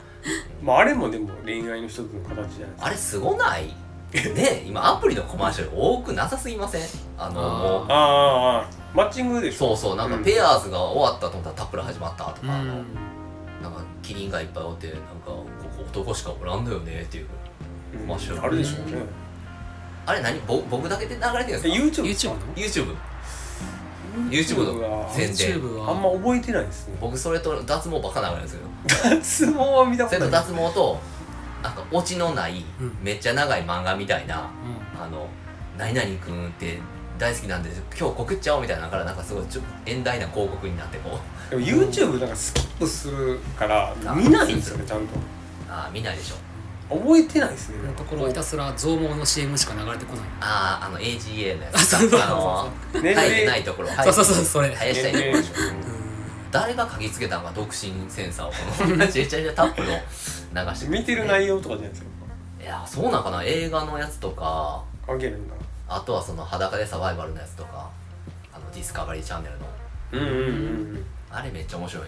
Speaker 1: まああれもでも恋愛の一つの形じゃないですか
Speaker 2: あれすごないね今アプリのコマーシャル多くなさすぎませんあのもう
Speaker 1: あーあ
Speaker 3: あ
Speaker 1: ーあーマッチングでしょ
Speaker 2: そうそうなんか
Speaker 1: うん
Speaker 2: ペアーズが終わったと思ったらタップル始まったと
Speaker 3: う
Speaker 2: か、あの
Speaker 3: ん
Speaker 2: なんかキリンがいっぱいおってなんかここ男しかおらんのよねっていう
Speaker 1: うん
Speaker 2: まあしょう
Speaker 1: あるでしょうね
Speaker 2: あれ何ぼ僕だけで流れてるん
Speaker 1: え
Speaker 2: ですか
Speaker 1: YouTube,
Speaker 3: YouTube の
Speaker 2: YouTube YouTube
Speaker 1: は
Speaker 2: 全然
Speaker 3: YouTube は
Speaker 1: あんま覚えてないですね
Speaker 2: 僕それと脱毛ばっか流れるんですけど
Speaker 1: [laughs] 脱毛は見たこ
Speaker 2: それ
Speaker 1: と
Speaker 2: と
Speaker 1: ない
Speaker 2: 脱毛となんかオチのない
Speaker 3: うん
Speaker 2: めっちゃ長い漫画みたいな
Speaker 3: うん
Speaker 2: 「あの何々くんって大好きなんです今日告っちゃおう」みたいなのからなんかすごいちょ遠大な広告になってこう
Speaker 1: でも YouTube なんかスキップするから見ないんですよねちゃんと
Speaker 2: ああ見ないでしょ
Speaker 1: 覚えてないですね
Speaker 3: のところはひたすら増毛の CM しか流れてこない
Speaker 2: あああの AGA のや
Speaker 3: あ
Speaker 2: つ
Speaker 3: そうそうそう
Speaker 2: あの
Speaker 1: 年
Speaker 2: 生えて
Speaker 1: 齢
Speaker 2: ないところ
Speaker 3: そうそうそうそれ
Speaker 2: 生やした
Speaker 1: 年齢
Speaker 2: いところ
Speaker 1: でしょ
Speaker 2: 誰が嗅ぎつけたんか独身センサーをこ
Speaker 3: [laughs]
Speaker 2: のめちゃめちゃタップの流してく
Speaker 1: 見てる内容とかじゃないですか
Speaker 2: いやそうなんかな映画のやつとか
Speaker 1: 関係ないんだ
Speaker 2: あとはその裸でサバイバルのやつとかあのディスカバリーチャンネル
Speaker 1: う
Speaker 2: の
Speaker 1: んうんうんうん
Speaker 2: あれめっちゃ面白い